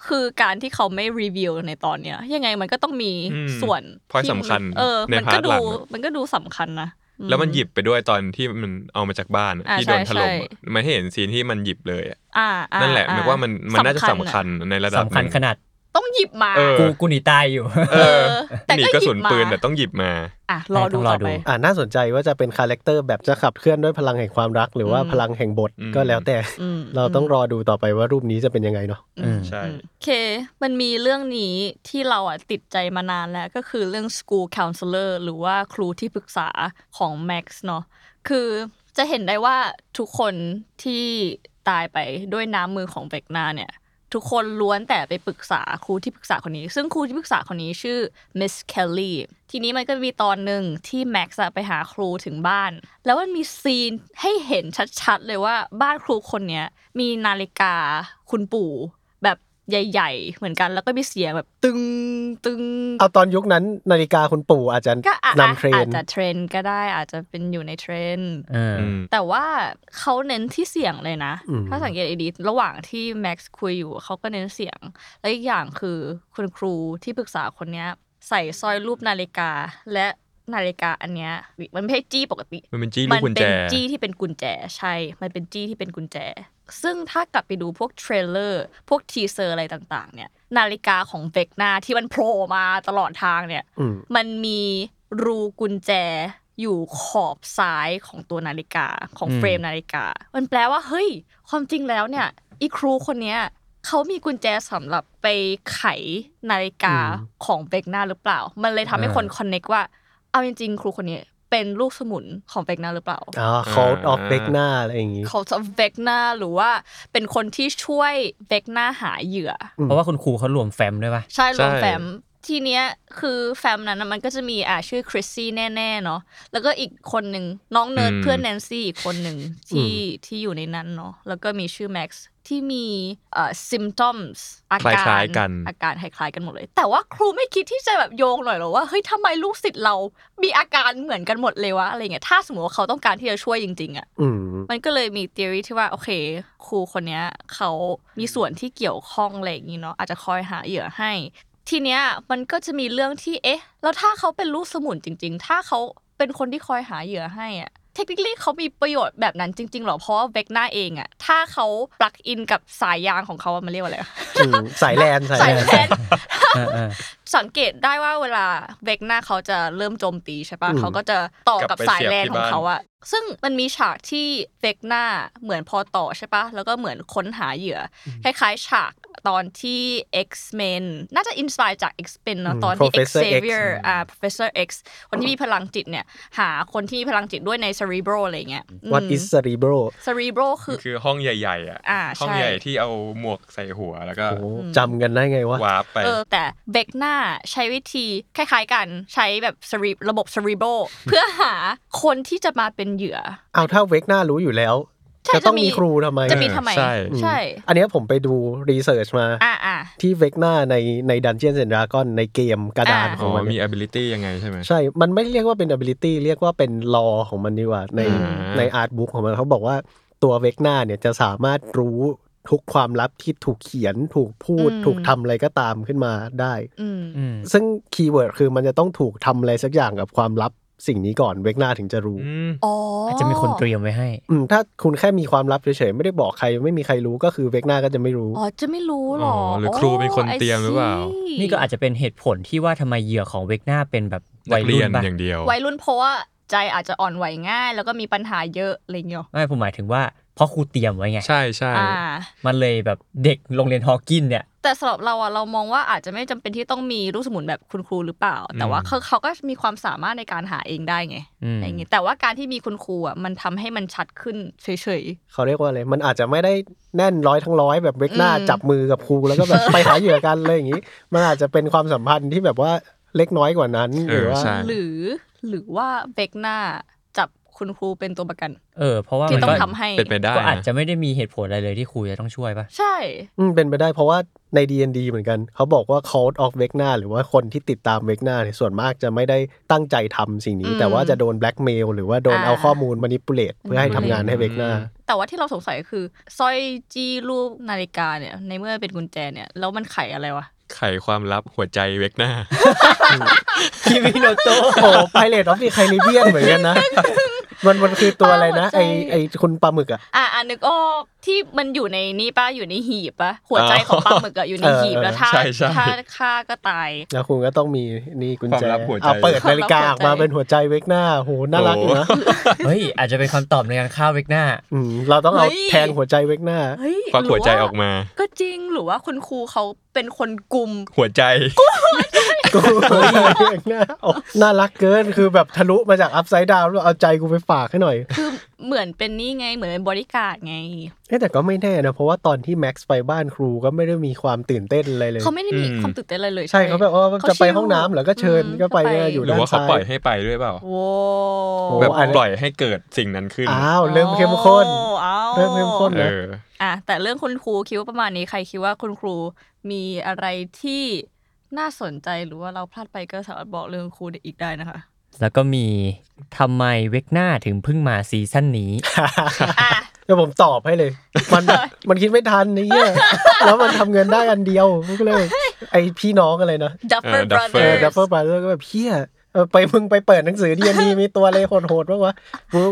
Speaker 6: คือการที่เขาไม่รีวิวในตอนเนี้ย ยังไงมันก็ต้องมี
Speaker 5: อืม
Speaker 6: ส่วน
Speaker 5: point
Speaker 6: ที่
Speaker 5: สำคัญ
Speaker 6: เออ
Speaker 5: ใน
Speaker 6: มันก็
Speaker 5: พาร์ทห
Speaker 6: ดู
Speaker 5: ลังอะ
Speaker 6: มันก็ดูสำคัญนะอื
Speaker 5: แล้วมันหยิบไปด้วยตอนที่มันเอามาจากบ้านอะ
Speaker 6: อ่า
Speaker 5: ที่โดน
Speaker 6: ใช่
Speaker 5: ถล่ม
Speaker 6: ใช่
Speaker 5: อะมันให้เห็นซีนที่มันหยิบเลยอะ
Speaker 6: อ่าอ่า
Speaker 5: นั่นแหละห
Speaker 6: อ่
Speaker 5: มายความว่ามันมันน่าจะสำ
Speaker 6: อะ
Speaker 5: คัญในระดับ
Speaker 3: สำคัญ
Speaker 5: หนึ่ง
Speaker 3: ขนาด
Speaker 6: ต้องหยิบมา
Speaker 5: เออ
Speaker 3: กูกูหนีตายอยู่
Speaker 5: เออ
Speaker 6: แต่
Speaker 5: หนี
Speaker 6: ก็
Speaker 5: กระสุน
Speaker 6: หยิบมา
Speaker 5: ปืนแต่ต้องหยิบมา
Speaker 6: อ่ะรอ
Speaker 3: ต้
Speaker 6: ดู
Speaker 3: องรอ
Speaker 6: ต่อ
Speaker 3: ดู
Speaker 6: ไป
Speaker 4: [LAUGHS] อ่าน่าสนใจว่าจะเป็นคาแรคเตอร์แบบจะขับเคลื่อนด้วยพลังแห่งความรัก หรือว่า
Speaker 6: อืม
Speaker 4: พลังแห่งบท
Speaker 5: อืม
Speaker 4: ก็แล้วแต่
Speaker 6: อืม
Speaker 4: เราต้องรอดูต่อไปว่ารูปนี้จะเป็นยังไงเนาะ
Speaker 3: อืม
Speaker 5: ใช่
Speaker 6: อืมโอเค มันมีเรื่องนี้ที่เราอ่ะติดใจมานานแล้วก็คือเรื่อง school counselor หรือว่าครูที่ปรึกษาของ Max เนาะ คือจะเห็นได้ว่าทุกคนที่ตายไปด้วยน้ำมือของเบกนาเนี่ย ทุกคนล้วนแต่ไปปรึกษาครูที่ปรึกษาคนนี้ ซึ่งครูที่ปรึกษาคนนี้ชื่อ Miss Kelly ทีนี้มันก็มีตอนหนึ่งที่แม็กซ์อะไปหาครูถึงบ้าน แล้วมันมีซีนให้เห็นชัดๆ เลยว่าบ้านครูคนเนี้ยมีนาฬิกาคุณปู่แบบใหญ่ ๆ เหมือนกันแล้วก็มีเสียงแบบตึงตึง
Speaker 4: เอาตอนยุคนั้นนาฬิกาคุณปู่อาจจะ
Speaker 6: ก็อะ
Speaker 4: นำเทร
Speaker 6: อาจ
Speaker 4: น
Speaker 6: จะเทรนด์ก็ได้อาจจะเป็นอยู่ในเทรนด์
Speaker 3: เออ
Speaker 5: อืม
Speaker 6: แต่ว่าเขาเน้นที่เสียงเลยนะ ถ้าสังเกตดีๆระหว่างที่แม็กซ์คุยอยู่เขาก็เน้นเสียง และอีกอย่างคือคุณครูที่ปรึกษาคนเนี้ย ใส่สร้อยรูปนาฬิกา และนาฬิกาอันเนี้ยมันไม่ใช่จี้ปกติ
Speaker 5: มันเป็นจี้ลู
Speaker 6: มั
Speaker 5: กกุญ
Speaker 6: เป็
Speaker 5: แจ
Speaker 6: นจี้ที่เป็นกุญแจใช่ มันเป็นจี้ที่เป็นกุญแจ ซึ่งถ้ากลับไปดูพวกเทรลเลอร์ พวกทีเซอร์อะไรต่างๆ เนี่ย นาฬิกาของเวกนาที่มันโผล่มาตลอดทางเนี่ย
Speaker 4: อืม
Speaker 6: มันมีรูกุญแจอยู่ขอบซ้ายของตัวนาฬิกาของ
Speaker 3: อืม
Speaker 6: เฟรมนาฬิกา มันแปลว่าเฮ้ย ความจริงแล้วเนี่ยอีครูคนเนี้ยเขามีกุญแจสำหรับไปไขนาฬิกาของเบกนาหรือเปล่า มันเลยทำให้คนคอนเน็กว่า เอาจริงๆ ครูคนนี้เป็นลูกสมุนของเบกนาหรือเปล่า
Speaker 4: อ๋อ Code of b e c k n a อะไรอย่างงี้
Speaker 6: เขาจะเบกนาหรือว่าเป็นคนที่ช่วยเบกนาหาเหยื่อ
Speaker 3: เพราะว่าคุณครูเขารวมแฟมด้วยป่ะ
Speaker 6: ใช่รวม
Speaker 5: ใช่
Speaker 6: แฟม ทีเนี้ยคือแฟมนั้นนะมันก็จะมีอ่ะชื่อคริสซี่แน่ๆเนาะแล้วก็อีกคนหนึ่งน้องเนิร์ด
Speaker 5: อืม
Speaker 6: เพื่อนแนนซี่อีกคนหนึ่งที่ที่อยู่ในนั้นเนาะแล้วก็มีชื่อแม็กซ์ที่มีเอ่อ symptoms อาการ
Speaker 5: คล้ายๆกัน
Speaker 6: อาการคล้ายๆกันหมดเลย แต่ว่าครูไม่คิดที่จะแบบโยงหน่อยเหรอว่าเฮ้ยทำไมลูกศิษย์เรา มีอาการเหมือนกันหมดเลยวะอะไรเงี้ยถ้าสมมติว่าเขาต้องการที่จะช่วยจริงๆอะ
Speaker 4: อืม
Speaker 6: มันก็เลยมี t h e o r y ที่ว่า โอเคครูคนเนี้ยเขามีส่วนที่เกี่ยวข้องอะไรอย่างนี้เนาะอาจจะคอยหาเหยื่อให้ ทีเนี้ยมันก็จะมีเรื่องที่เอ๊ะ แล้วถ้าเขาเป็นลูกสมุนจริง ๆ ถ้าเขาเป็นคนที่คอยหาเหยื่อให้อะเทคนิคเขามีประโยชน์แบบนั้นจริงๆหรอเพราะว่าเวกหน้าเองอะถ้าเขาปลักอินกับสายยางของเขาอะมันเรียกว่าอะไรอะ
Speaker 4: อืมสายแลนสาย
Speaker 6: สาย
Speaker 4: แลน
Speaker 6: แลน
Speaker 3: อ่าอ่า
Speaker 6: สังเกตได้ว่าเวลาเวกหน้าเขาจะเริ่มโจมตีใช่ปะ
Speaker 4: อืม
Speaker 6: เขาก็จะต่อก
Speaker 5: ลั
Speaker 6: กับบ
Speaker 5: ไป
Speaker 6: สาย
Speaker 5: เสียบ
Speaker 6: แลน
Speaker 5: ที่
Speaker 6: ของ
Speaker 5: บ้าน
Speaker 6: เขาอะซึ่งมันมีฉากที่เวกหน้าเหมือนพอต่อใช่ปะแล้วก็เหมือนค้นหาเหยื่ออคล้ายๆฉากตอนที่ X-Men น่าจะอินสปายจาก X-Men เนาะ
Speaker 4: อืม
Speaker 6: ตอนที่
Speaker 4: Professor X
Speaker 6: Xavier อ่า Professor X คนที่มีพลังจิตเนี่ย หาคนที่มีพลังจิตด้วยใน Cerebro อะไรเงี้ยอืม
Speaker 4: what is cerebro
Speaker 6: Cerebro คือ
Speaker 5: คือห้องใหญ่ๆอ่ะ
Speaker 6: อ่า
Speaker 5: ห้อง
Speaker 6: ใช่
Speaker 5: ใหญ่ที่เอาหมวกใส่หัวแล้วก็
Speaker 4: โอ้โหจำกันได้ไงวะ
Speaker 5: วาร์ปไป
Speaker 6: เออแต่เบกหน้าใช้วิธีคล้ายๆกันใช้แบบสรีระบบ cerebral เพื่อหาคนที่จะมาเป็นเหยื่อ
Speaker 4: เอาถ้าเวกหน้ารู้อยู่แล้ว
Speaker 6: ใช่
Speaker 4: จะต้อง
Speaker 6: จะมี
Speaker 4: มีครูทำไม
Speaker 6: จะมีทำไม
Speaker 5: ใช่
Speaker 6: ใช่
Speaker 4: อันเนี้ยผมไปดูรีเสิร์ชมา
Speaker 6: อ่าอ่า
Speaker 4: ที่เวกหน้าในในดันเจียนเซนดราก้อนในเกมกระดาน
Speaker 6: อ่า
Speaker 4: ข
Speaker 5: อ๋
Speaker 4: อ
Speaker 5: อ
Speaker 4: งมัน
Speaker 5: มี
Speaker 4: เนี่ย
Speaker 5: ability ยังไงใช่ไหม
Speaker 4: ใช่ มันไม่เรียกว่าเป็น ability เรียกว่าเป็น law ของมันดีกว่า ใน
Speaker 5: อ่า
Speaker 4: ในอาร์ตบุ๊กของมันเขาบอกว่าตัวเวกหน้าเนี่ยจะสามารถรู้ทุกความลับที่ถูกเขียน ถูกพูด
Speaker 6: อืม
Speaker 4: ถูกทำอะไรก็ตามขึ้นมาได้
Speaker 6: อืม
Speaker 3: อืม
Speaker 4: ซึ่งคีย์เวิร์ดคือมันจะต้องถูกทำอะไรสักอย่างกับความลับสิ่งนี้ก่อนเวกหน้าถึงจะรู้
Speaker 5: อืม
Speaker 6: อ๋อ
Speaker 3: อา
Speaker 6: อา
Speaker 3: จจะมีคนเตรียมไว้ให้
Speaker 4: อืมถ้าคุณแค่มีความลับเฉยๆ ไม่ได้บอกใครไม่มีใครรู้ก็คือเวกหน้าก็จะไม่รู้
Speaker 6: อ๋อจะไม่รู้หรอ
Speaker 5: อ๋อหรือ
Speaker 6: อ
Speaker 5: ครูเป็นคนเตรียมหรือเปล่า
Speaker 6: ไซี
Speaker 3: นี่ก็อาจจะเป็นเหตุผลที่ว่าทำไมเหยื่อของเวกหน้าเป็นแบบ
Speaker 5: นั
Speaker 3: วั
Speaker 5: ก
Speaker 3: ย
Speaker 5: เรี
Speaker 3: รุ่
Speaker 5: ยน
Speaker 3: นปะ
Speaker 5: อย่างเดียว
Speaker 6: วัยรุ่นเพราะว่าใจอาจจะอ่อนไหวง่าย แล้วก็มีปัญหาเยอะอะไรเงี้ย
Speaker 3: ไม่ผมหมายถึงว่าเพราะครูเตรียมไว้ไง
Speaker 5: ใช่ใช่
Speaker 6: อ่า
Speaker 3: มันเลยแบบเด็กโรงเรียนฮอว์กินเนี่ย
Speaker 6: แต่สำหรับเราอะเรามองว่าอาจจะไม่จำเป็นที่ต้องมีลูกสมุนแบบคุณครูหรือเปล่า แต่ว่าเขาเขาก็มีความสามารถในการหาเองได้ไง
Speaker 3: อืม
Speaker 6: อย่างงี้แต่ว่าการที่มีคุณครูอะมันทำให้มันชัดขึ้นเฉย
Speaker 4: เขาเรียกว่าอะไร มันอาจจะไม่ได้แน่นร้อยทั้งร้อยแบบเวกหน้า
Speaker 6: อืม
Speaker 4: จับมือกับครูแล้วก็แบบไปหาเหยื่อกันเลยอย่างนี้ มันอาจจะเป็นความสัมพันธ์ที่แบบว่าเล็กน้อยกว่านั้น
Speaker 5: เอ
Speaker 4: หรือ
Speaker 5: อ
Speaker 4: ว่า
Speaker 5: ใช่
Speaker 6: ๆ หรือหรือว่าเบกหน้าจับคุณครูเป็นตัวประกัน
Speaker 3: เออเพราะว่า
Speaker 6: ที่
Speaker 3: มัน
Speaker 6: ต้อง
Speaker 3: ก็
Speaker 6: ทำให้
Speaker 5: เป็นไปได้
Speaker 3: ก็อาจ
Speaker 5: นะ
Speaker 3: จะไม่ได้มีเหตุผลอะไรเลยที่ครูจะต้องช่วย
Speaker 6: [LAUGHS]
Speaker 3: ปะ
Speaker 6: ใช่
Speaker 4: อืมเป็นไปได้เพราะว่าใน D&D เหมือนกัน เขาบอกว่า Cult of v e k n a หรือว่าคนที่ติดตามเวกหน้าเนี่ยส่วนมากจะไม่ได้ตั้งใจทำสิ่งนี้
Speaker 6: อืม
Speaker 4: แต่ว่าจะโดนแบล็กเมลหรือว่าโดน
Speaker 6: อ่า
Speaker 4: เอาข้อมูลมานิปุเลตเพื่อให้ทำงานให้เวกหน้า
Speaker 6: แต่ว่าที่เราสงสัยคือสร้อยจี้รูปนาฬิกาเนี่ย ในเมื่อเป็นกุญแจเนี่ยแล้วมันไขอะไรวะ
Speaker 5: ไขความลับหัวใจเวกหน้า
Speaker 3: คิมิโนโตะ
Speaker 4: โอ้ไพเรตออฟดีไคลิเบียนเหมือนกันนะ มันมันคือตัวอะไรนะ
Speaker 6: เออหัวใจ
Speaker 4: ไอไอคุณปลาหมึกอ่ะ
Speaker 6: อ่ะอ่ะนึกออกที่มันอยู่ในนี่ป้าอยู่ในหีบปะหัวใจของปลาหมึกอะอยู่ในหีบ
Speaker 4: เออ
Speaker 6: แล้วถ้า
Speaker 5: ใช่ใช่
Speaker 6: ถ้าฆ่าก็ตาย
Speaker 4: แล้วคุณก็ต้องมีนี่กุญแจ
Speaker 5: ความลับหัวใจ
Speaker 4: เอาเปิดนาฬิกาออก
Speaker 6: ความ
Speaker 4: มา
Speaker 6: ลับหัวใจ
Speaker 4: เป็นหัวใจเวกหน้าโหน่ารักอยู่นะ
Speaker 3: เฮ้ยอาจจะเป็นคำตอบในการฆ่าเวกหน้า
Speaker 4: อืมเราต้องเอา
Speaker 6: เฮ้ย
Speaker 4: แทงหัวใจเวกหน้า
Speaker 6: เฮ้ย
Speaker 5: ควักหัวใจออ
Speaker 6: ห
Speaker 5: ก
Speaker 6: รื
Speaker 5: มา
Speaker 6: ก็จริงหรือว่าคุณครูเขาเป็นคนกลุ่ม
Speaker 5: หัวใจ
Speaker 4: กูเวกหน้าโอ้น่ารักเกินคือแบบทะลุมาจากอัพไซด์ดาวแล้วเอาใจกูไปฝากให้หน่อย
Speaker 6: คือเหมือนเป็นนี่ไงเหมือนเป็นบริการดไง
Speaker 4: เอ๊ะแต่ก็ไม่แน่นะ เพราะว่าตอนที่แม็กซ์ไปบ้านครูก็ไม่ได้มีความตื่นเต้นอะไรเลย
Speaker 6: เขาไม่ได้มี
Speaker 5: อืม
Speaker 6: ความตื่นเต้นอะไรเลย
Speaker 4: ใช่เขาแบบว่าจะไป
Speaker 6: ชิล
Speaker 4: ห้องน้ำเหรอก็เชิญ
Speaker 6: อืม
Speaker 4: ก็ไปอยู่
Speaker 5: หรือว่าเขา
Speaker 4: ด้านซ้าย
Speaker 5: ปล่อยให้ไปด้วยเปล่า
Speaker 6: โอ้
Speaker 4: โอ้
Speaker 5: แบบ
Speaker 4: อันนั้น
Speaker 5: ปล่อยให้เกิดสิ่งนั้นขึ้น
Speaker 4: อ้าวเริ่มเข้มข้น
Speaker 6: โอ้อา
Speaker 4: เริ่มเข้มข้น
Speaker 5: เออ
Speaker 6: อ่ะแต่เรื่องคุณครูคิดว่าประมาณนี้ใครคิดว่าคุณครูมีอะไรที่น่าสนใจหรือว่าเราพลาดไปก็สามารถบอกเรื่องครูได้อีกได้นะคะ
Speaker 3: แล้วก็มีทำไมเวกหน้าถึงเพิ่งมาซีซั่นนี้
Speaker 6: [LAUGHS] อ่ะ
Speaker 4: เดี๋ยวผมตอบให้เลย มัน [LAUGHS] แบบ มันคิดไม่ทันนี่เหี้ยแล้วมันทำเงินได้อันเดียวมันก็เลย ไอพี่น้องอะไรนะ
Speaker 6: Duffer
Speaker 5: เออ
Speaker 4: [LAUGHS] เออ
Speaker 5: Duffer
Speaker 6: Brothers
Speaker 4: ดับเบิลบาร์เก็แบบเพี้ยเออไปมึงไปเปิดหนังสือดีมีมีตัวอะไรโหดๆบ้างวะ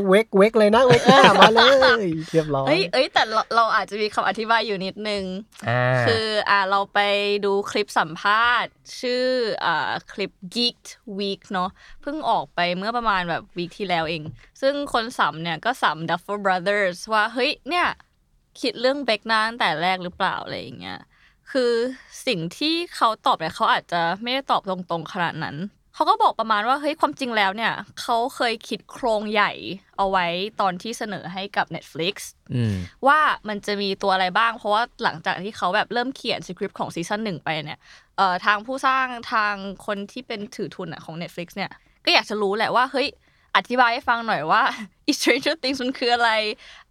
Speaker 4: เวกเวกเลยนะเวกอ้ามาเลย เรียบร้อย
Speaker 6: เอ้ยเอ้ยแต่เราเราอาจจะมีคำอธิบายอยู่นิดนึง
Speaker 3: อ่า
Speaker 6: คืออ่ะเราไปดูคลิปสัมภาษณ์ ชื่ออ่าคลิป Geek Week เนาะเพิ่งออกไปเมื่อประมาณแบบวีคที่แล้วเอง ซึ่งคนสัมเนี่ยก็สัม Duffer Brothers ว่า เฮ้ยเนี่ยคิดเรื่องเบกนาตั้งแต่แรกหรือเปล่าอะไรอย่างเงี้ย คือสิ่งที่เขาตอบเนี่ยเขาอาจจะไม่ได้ตอบตรงๆขนาดนั้น เขาก็บอกประมาณว่าเฮ้ยความจริงแล้วเนี่ยเขาเคยคิดโครงใหญ่เอาไว้ตอนที่เสนอให้กับ Netflix
Speaker 3: อืม
Speaker 6: ว่ามันจะมีตัวอะไรบ้าง เพราะว่าหลังจากที่เขาแบบเริ่มเขียนสคริปต์ของซีซั่นหนึ่งไปเนี่ยเอ่อทางผู้สร้างทางคนที่เป็นถือทุนอะของ Netflix เนี่ยก็อยากจะรู้แหละว่าเฮ้ยอธิบายให้ฟังหน่อยว่า [LAUGHS] i Stranger Things มันคืออะไร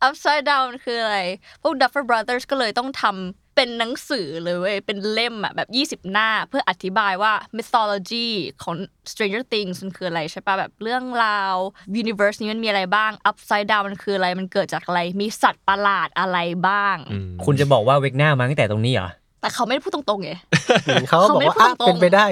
Speaker 6: Upside Down มันคืออะไร พวก Duffer Brothers ก็เลยต้องทำเป็นหนังสือเลยเว้ยเป็นเล่มอะแบบ 20 หน้า เพื่ออธิบายว่า mythology ของ Stranger Things มันคืออะไรใช่ปะแบบเรื่องราว universe นี้มันมีอะไรบ้าง Upside Down มันคืออะไรมันเกิดจากอะไร มีสัตว์ประหลาดอะไรบ้าง
Speaker 5: อืม
Speaker 3: คุณจะบอกว่าเวกหน้ามาตั้งแต่ตรงนี้เหรอ
Speaker 6: แต่เขาไม่ได้พูดตรงๆไง
Speaker 4: เขาก็บอกว่าอ่ะ
Speaker 6: เขาไม่พูดตรง
Speaker 4: เป็นไปได้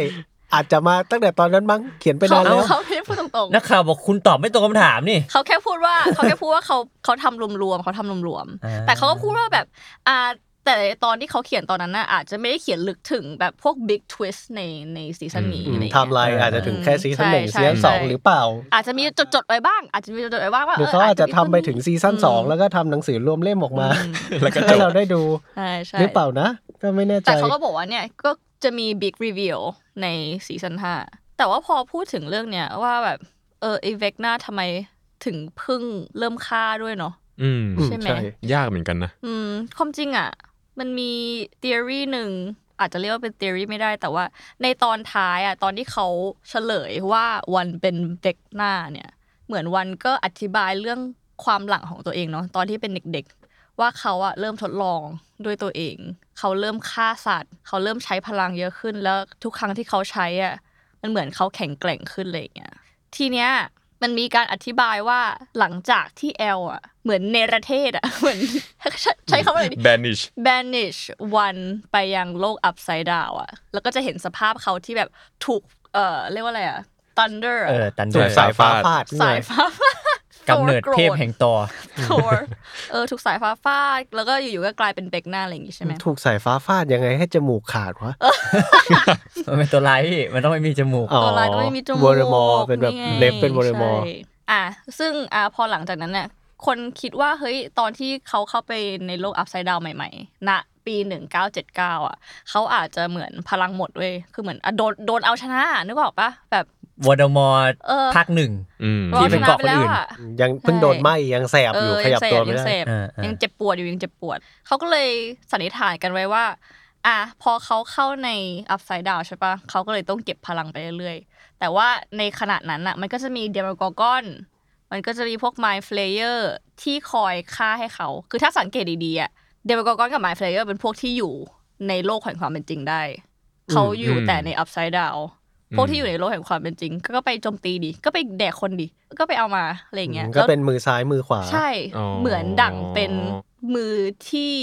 Speaker 4: อาจจะมาตั้งแต่ตอนนั้นมั้งเขียนไป
Speaker 6: เขา
Speaker 4: นานแล้ว
Speaker 6: เขาไม่ได้พูดตรงๆ
Speaker 3: นักข่าวบอกคุณตอบไม่ตรงคำถามนี่
Speaker 6: เขาแค่พูดว่า [LAUGHS] เขาแค่พูดว่าเขาเขาทำรวมๆเขาทำรวม
Speaker 3: อ่า
Speaker 6: ๆแต่เขาก็พูดว่าแบบอ่าแต่ตอนที่เขาเขียนตอนนั้นน่ะอาจจะไม่ได้เขียนลึกถึงแบบพวก big twist ในในซีซั่นนี้
Speaker 4: อืม
Speaker 6: อะไรอย่าง
Speaker 4: ไทม์ไล
Speaker 6: เงี้ย
Speaker 4: น์อาจจะถึงแค่ซีซั่น
Speaker 6: ใช่
Speaker 4: หนึ่ง
Speaker 6: ใช่
Speaker 4: ซีซั่นสอง
Speaker 6: ใช่
Speaker 4: หรือเปล่า
Speaker 6: อาจจะมีจดๆไว้บ้าง อาจจะมีจดๆไว้บ้างว่า
Speaker 4: หรือเขาอาจจะทำไปถึงซีซั่นสอง
Speaker 6: แล้
Speaker 4: แล้ว วก็ทำหนังสือรวมเล่มออกมา
Speaker 5: แล้วก็จ
Speaker 4: ให้
Speaker 5: บ
Speaker 4: เราได้ดู
Speaker 6: ใช่ใช่
Speaker 4: หรือเปล่านะ ก็ไม่แน่ใจ
Speaker 6: แต่เขาก็บอกว่าเนี่ยก็จะมี big reveal ในซีซั่นห้าแต่ว่าพอพูดถึงเรื่องเนี้ยว่าแบบเออไอเวกหน้าทำไมถึงเพึ่งเริ่มฆ่าด้วยเนาะ
Speaker 5: อืม
Speaker 6: ใช่ไหม
Speaker 5: ยากเหมือนกันนะ
Speaker 6: อืมความจริงอ่ะ มันมีทฤษฎีหนึ่งอาจจะเรียกว่าเป็นทฤษฎีไม่ได้แต่ว่า ในตอนท้ายอ่ะตอนที่เขาเฉลยว่าวันเป็นเด็กหน้าเนี่ย เหมือนวันก็อธิบายเรื่องความหลังของตัวเองเนาะตอนที่เป็นเด็กๆ ว่าเขาอ่ะเริ่มทดลองด้วยตัวเอง เขาเริ่มฆ่าสัตว์ เขาเริ่มใช้พลังเยอะขึ้นแล้วทุกครั้งที่เขาใช้อ่ะมันเหมือนเขาแข็งแกร่งขึ้นอะไรอย่างเงี้ย ทีเนี้ยมันมีการอธิบายว่าหลังจากที่แอลอ่ะ เหมือนเนรเทศอ่ะ เหมือน [LAUGHS] ใช้ใช้คำว่าอะไรดี
Speaker 5: banish
Speaker 6: banish วันไปยังโลก upside down อ่ะ แล้วก็จะเห็นสภาพเขาที่แบบถูก เอ่อ เรียกว่าอะไรอ่ะ thunder
Speaker 3: เอ
Speaker 6: อะ
Speaker 3: อ ตันเด
Speaker 5: ถู
Speaker 3: อก ร์
Speaker 5: สาย
Speaker 4: ฟ้าฟาด
Speaker 6: สายฟ้า
Speaker 3: กำเนิดเทพแห่งตอ
Speaker 6: [LAUGHS] โทรเออถูกสายฟ้าฟาดแล้วก็อยู่ๆก็กลายเป็นเบกหน้าอะไรอย่างงี้ใช่ไหม
Speaker 4: ถูกสายฟ้าฟาดยังไงให้จมูกขาดวะ
Speaker 3: มันเป็นตัวร้ายพี่มันต้องไม่มีจมูก
Speaker 6: ตัวลายก็ไม่มีจมูก
Speaker 4: วอร์มอเป็นแบบ
Speaker 6: ไง
Speaker 4: เล็บเป็นวอร์มอ
Speaker 6: ใช่อ่ะซึ่งอ่ะพอหลังจากนั้นเนี่ยคนคิดว่าเฮ้ยตอนที่เขาเข้าไปในโลกอัพไซด์ดาวใหม่ๆณปี 1979 อ่ะเขาอาจจะเหมือนพลังหมดเว้ยคือเหมือนอ่ะโดนโดนเอาชนะนึกออกปะแบบ
Speaker 3: วอร์ดมอร์
Speaker 6: เออ
Speaker 3: ภาคหนึ่ง
Speaker 5: อืม
Speaker 3: ที่เป็นเกาะคนอื่น
Speaker 6: ราชะไปแล้วอะ
Speaker 4: ยังเพิ่งโดนไหมยังแสบอยู่
Speaker 6: เ
Speaker 4: ขยับตัวไม่
Speaker 6: ยังเส
Speaker 4: ได้
Speaker 6: พ
Speaker 3: เออเออ
Speaker 6: ยังเจ็บปวดอยู่ยังเจ็บปวด เขาก็เลยสันนิษฐานกันไว้ว่า อ่ะพอเขาเข้าในอัพไซด์ดาวใช่ปะเขาก็เลยต้องเก็บพลังไปเรื่อยๆ แต่ว่าในขณะนั้นอ่ะมันก็จะมีเดมกอร์กอน มันก็จะมีพวกไมฟ์เลเยอร์ที่คอยฆ่าให้เขา คือถ้าสังเกตดีๆอ่ะเดมกอร์กอนกับไมฟ์เลเยอร์เป็นพวกที่อยู่ในโลกแห่งความเป็นจริงได้ เขาอยู่
Speaker 5: อืม
Speaker 6: แต่ในอัพไซด์ดาว พวกที่อยู่ในโลกแห่งความเป็นจริง ก็ไปโจมตีดิ ก็ไปแดกคนดิ ก็ไปเอามาอะไรอย่างเงี้ย
Speaker 4: ก็
Speaker 6: แล้ว
Speaker 4: เป็นมือซ้ายมือขวา
Speaker 6: ใช่
Speaker 5: อ๋อ
Speaker 6: เหมือนดั่งเป็นมือที่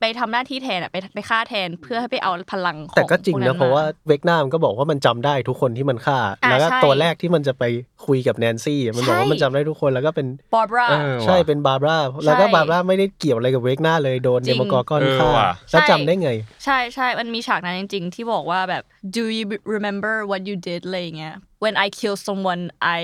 Speaker 6: ไปทำหน้าที่แทนอะไปไปฆ่าแทนเพื่อให้ไปเอาพลังของ
Speaker 4: แต่ก็จริงนะ
Speaker 6: พ
Speaker 4: เพราะ
Speaker 6: ม
Speaker 4: ว่าเวกนามก็บอกว่ามันจำได้ทุกคนที่มันฆ่า
Speaker 6: อ่า
Speaker 4: แล้วก็
Speaker 6: ใช่
Speaker 4: ตัวแรกที่มันจะไปคุยกับแนนซี่มันบอกว่า
Speaker 6: ใช่
Speaker 4: มันจำได้ทุกคนแล้วก็เป็น
Speaker 6: บาร์บรา
Speaker 5: เออว่ะ
Speaker 4: ใช่เป็นบาร์บราแล้วก็บาร์บราไม่ได้เกี่ยวอะไรกับเวกนาเลยโดน
Speaker 6: จริ
Speaker 4: เด
Speaker 6: ง
Speaker 4: มกอร์กอน
Speaker 5: เออ
Speaker 4: ฆ่า
Speaker 5: ว่ะ
Speaker 4: แล้วจำได้ไง
Speaker 6: ใช่ใช่ มันมีฉากนั้นจริง ๆ ที่บอกว่าแบบ do you remember what you did อะไรอย่างเงี้ย when I kill someone I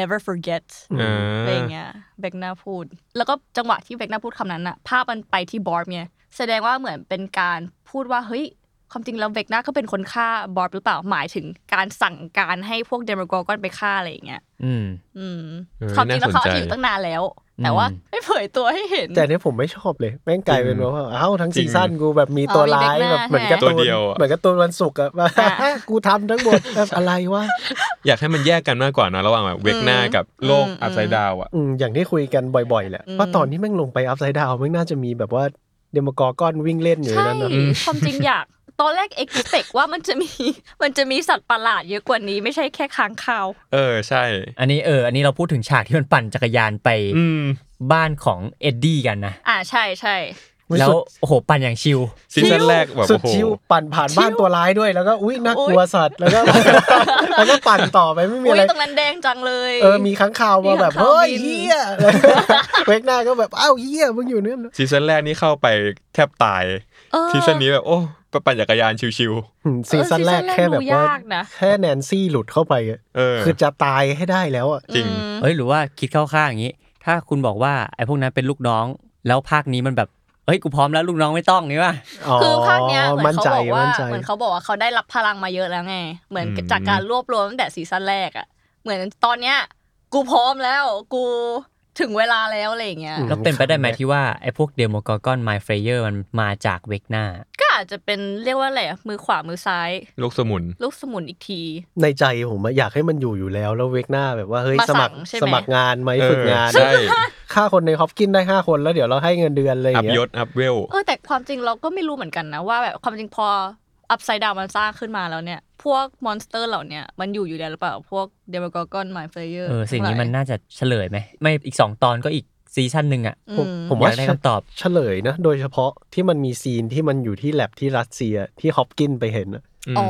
Speaker 6: never forget
Speaker 5: เออ
Speaker 6: อะไรอย่างเงี้ยเบกนาพูด แล้วก็จังหวะที่เบกนาพูดคำนั้นอะภาพมันไปที่บอร์บไงแสดงว่าเหมือนเป็นการพูดว่าเฮ้ยความจริงแล้วเบกนาก็เป็นคนฆ่าบอร์บหรือเปล่าหมายถึงการสั่งการให้พวกเดมกอร์กอนไปฆ่าอะไรอย่างเงี้ย
Speaker 3: อืม
Speaker 6: อืม
Speaker 5: เออ
Speaker 6: ความจริง
Speaker 5: น่า
Speaker 6: แล้วเขา
Speaker 5: สน
Speaker 6: อาจ
Speaker 5: ใจ
Speaker 6: จะอยู่ตั้งนานแล้ว แต่ว่าไม่เผยตัวให้เห็น
Speaker 4: แต่เนี่ยผมไม่ชอบเลยแม่งกลายเป็น
Speaker 5: จริง
Speaker 4: ว่าเอ้าทั้ง
Speaker 5: จริ
Speaker 4: ซี
Speaker 5: ง
Speaker 4: ซั่นกูแบบมีตั
Speaker 6: อ๋
Speaker 4: ว
Speaker 6: อมี
Speaker 4: ร้าย
Speaker 6: เวกนา
Speaker 4: แบบเหมือน
Speaker 6: ใช่
Speaker 4: การ์ตู
Speaker 5: ตั
Speaker 4: น
Speaker 5: วเดียวอะ
Speaker 4: เหมือนการ์ตูนวันศุกร์อะว่า
Speaker 6: อ่ะ
Speaker 4: กูทำทั้งหมดแบบอะไรวะ
Speaker 5: อยากให้มันแยกกันมากกว่าเนอะระหว่างแบบเวกหน้ากับโลกอัพไซด์ดาวอ่ะ
Speaker 4: อืมอย่างที่คุยกันบ่อยๆแหละว่าตอนนี้แม่งลงไปอัพไซด์ดาวแม่งน่าจะมีแบบว่าเดมกอร์กอนวิ่งเล่นอยู่ใน
Speaker 6: ใช่
Speaker 4: นั้นเนอะ
Speaker 6: ความจริงอยาก ตอนแรก expect ว่ามันจะมี [LAUGHS] มันจะมีสัตว์ประหลาดเยอะกว่านี้ไม่ใช่แค่ค้างคาว
Speaker 5: เออใช่
Speaker 3: อันนี้เออ อันนี้เราพูดถึงฉากที่มันปั่นจักรยานไป
Speaker 5: อืม
Speaker 3: บ้านของเอ็ดดี้กันนะ
Speaker 6: อ่าใช่ใช่
Speaker 3: แล้ว
Speaker 4: สุด
Speaker 3: โอ้โห ปั่นอย่างชิล
Speaker 5: ซีซั่นแรกแบบ
Speaker 4: สุด
Speaker 5: โอ้โห
Speaker 4: ชิวปั่นผ่านบ้านตัวร้ายด้วยแล้วก็อุ้ยน่ากลัวสัตว์แล้วก็ [LAUGHS] แล้วก็ปั่นต่อไปไม่มี
Speaker 6: อุ้
Speaker 4: อะไร
Speaker 6: ยตรงนั้นแดงจังเลย
Speaker 4: เออมีค้างคาวมาแบบ
Speaker 6: มีค้างคาว
Speaker 4: เฮ้ย
Speaker 6: บิน
Speaker 4: เฮีย [LAUGHS] เวกหน้าก็แบบอ้าวเฮียมึงอยู่เนี่ยนะ
Speaker 5: ซีซั่นแรกนี่เข้าไปแทบตาย
Speaker 6: เออ
Speaker 5: ซีซั่นนี้แบบโอ้ไปปั่นจักรยานชิว
Speaker 4: อืมซีซั่น
Speaker 6: เออซีซั่น
Speaker 4: แรกแค่แบบว่า
Speaker 6: แรกดูยากนะ
Speaker 4: แค่แนนซี่หลุดเข้าไปอะ
Speaker 5: ๆ เออ
Speaker 4: คือจะตายให้ได้แล้วอ่ะ
Speaker 5: จริง
Speaker 3: เอ้ยหรือว่าคิดเข้าข้างอย่างนี้ ถ้าคุณบอกว่าไอ้พวกนั้นเป็นลูกน้อง แล้วภาคนี้มันแบบ เอ้ยกูพร้อมแล้วลูกน้องไม่ต้องนี่ว่ะ
Speaker 6: คือภาคเนี้ยเหมือน
Speaker 4: น
Speaker 6: เขา
Speaker 4: ใจ
Speaker 6: บอกว่า
Speaker 4: มั่นใจ
Speaker 6: เหมือนเขาบอกว่าเขาได้รับพลังมาเยอะแล้วไง เหมือน
Speaker 5: อืม
Speaker 6: จากการรวบรวมตั้งแต่ซีซั่นแรกอ่ะ เหมือนตอนเนี้ยกูพร้อมแล้วกูถึงเวลาแล้วอะไรอย่างเงี้ย
Speaker 3: แล้วเป็นไปได้ไหมที่ว่าไอ้พวกเดโมกอร์กอนไมเฟรเยอร์มันมาจากเวกหน้า
Speaker 6: ก็อาจจะเป็นเรียกว่าอะไรอะมือขวามือซ้าย
Speaker 5: ลูกสมุน
Speaker 6: ลูกสมุนอีกที
Speaker 4: ในใจผมอะอยากให้มันอยู่อยู่แล้ว แล้วเวกหน้าแบบว่าเฮ้ย
Speaker 6: มา
Speaker 4: ส
Speaker 6: สั่ง
Speaker 4: มัคร
Speaker 6: ใช่ไหม
Speaker 4: สมัครงานไหม
Speaker 5: เออ
Speaker 4: ฝึกงาน
Speaker 5: ใช่
Speaker 4: ค่าคนในฮอปกินได้ห้าคนแล้วเดี๋ยวเราให้เงินเดือนอะไรอ
Speaker 5: อั
Speaker 4: ย่าง
Speaker 5: พ
Speaker 4: เงี้
Speaker 5: ย
Speaker 4: ย
Speaker 5: ศอัพเวล
Speaker 6: เออแต่ความจริงเราก็ไม่รู้เหมือนกันนะว่าแบบความจริงพออัพไซด์ดาวมันสร้างขึ้นมาแล้วเนี่ย พวกมอนสเตอร์เหล่าเนี้ยมันอยู่อยู่แล้วหรือเปล่า พวกเดมกอร์กอนไมเฟเยอร์
Speaker 3: เออสิ่งนี้มันน่าจะเฉลยไหม ไม่อีก 2 ตอนก็อีกซีซั่นหนึ่งอ่ะ
Speaker 4: ผมผมว่าย
Speaker 3: อากได้คำตอบ
Speaker 4: เฉลยนะ โดยเฉพาะที่มันมีซีนที่มันอยู่ที่แลบที่รัสเซียที่ฮอปกินไปเห็นอะ
Speaker 6: อ๋อ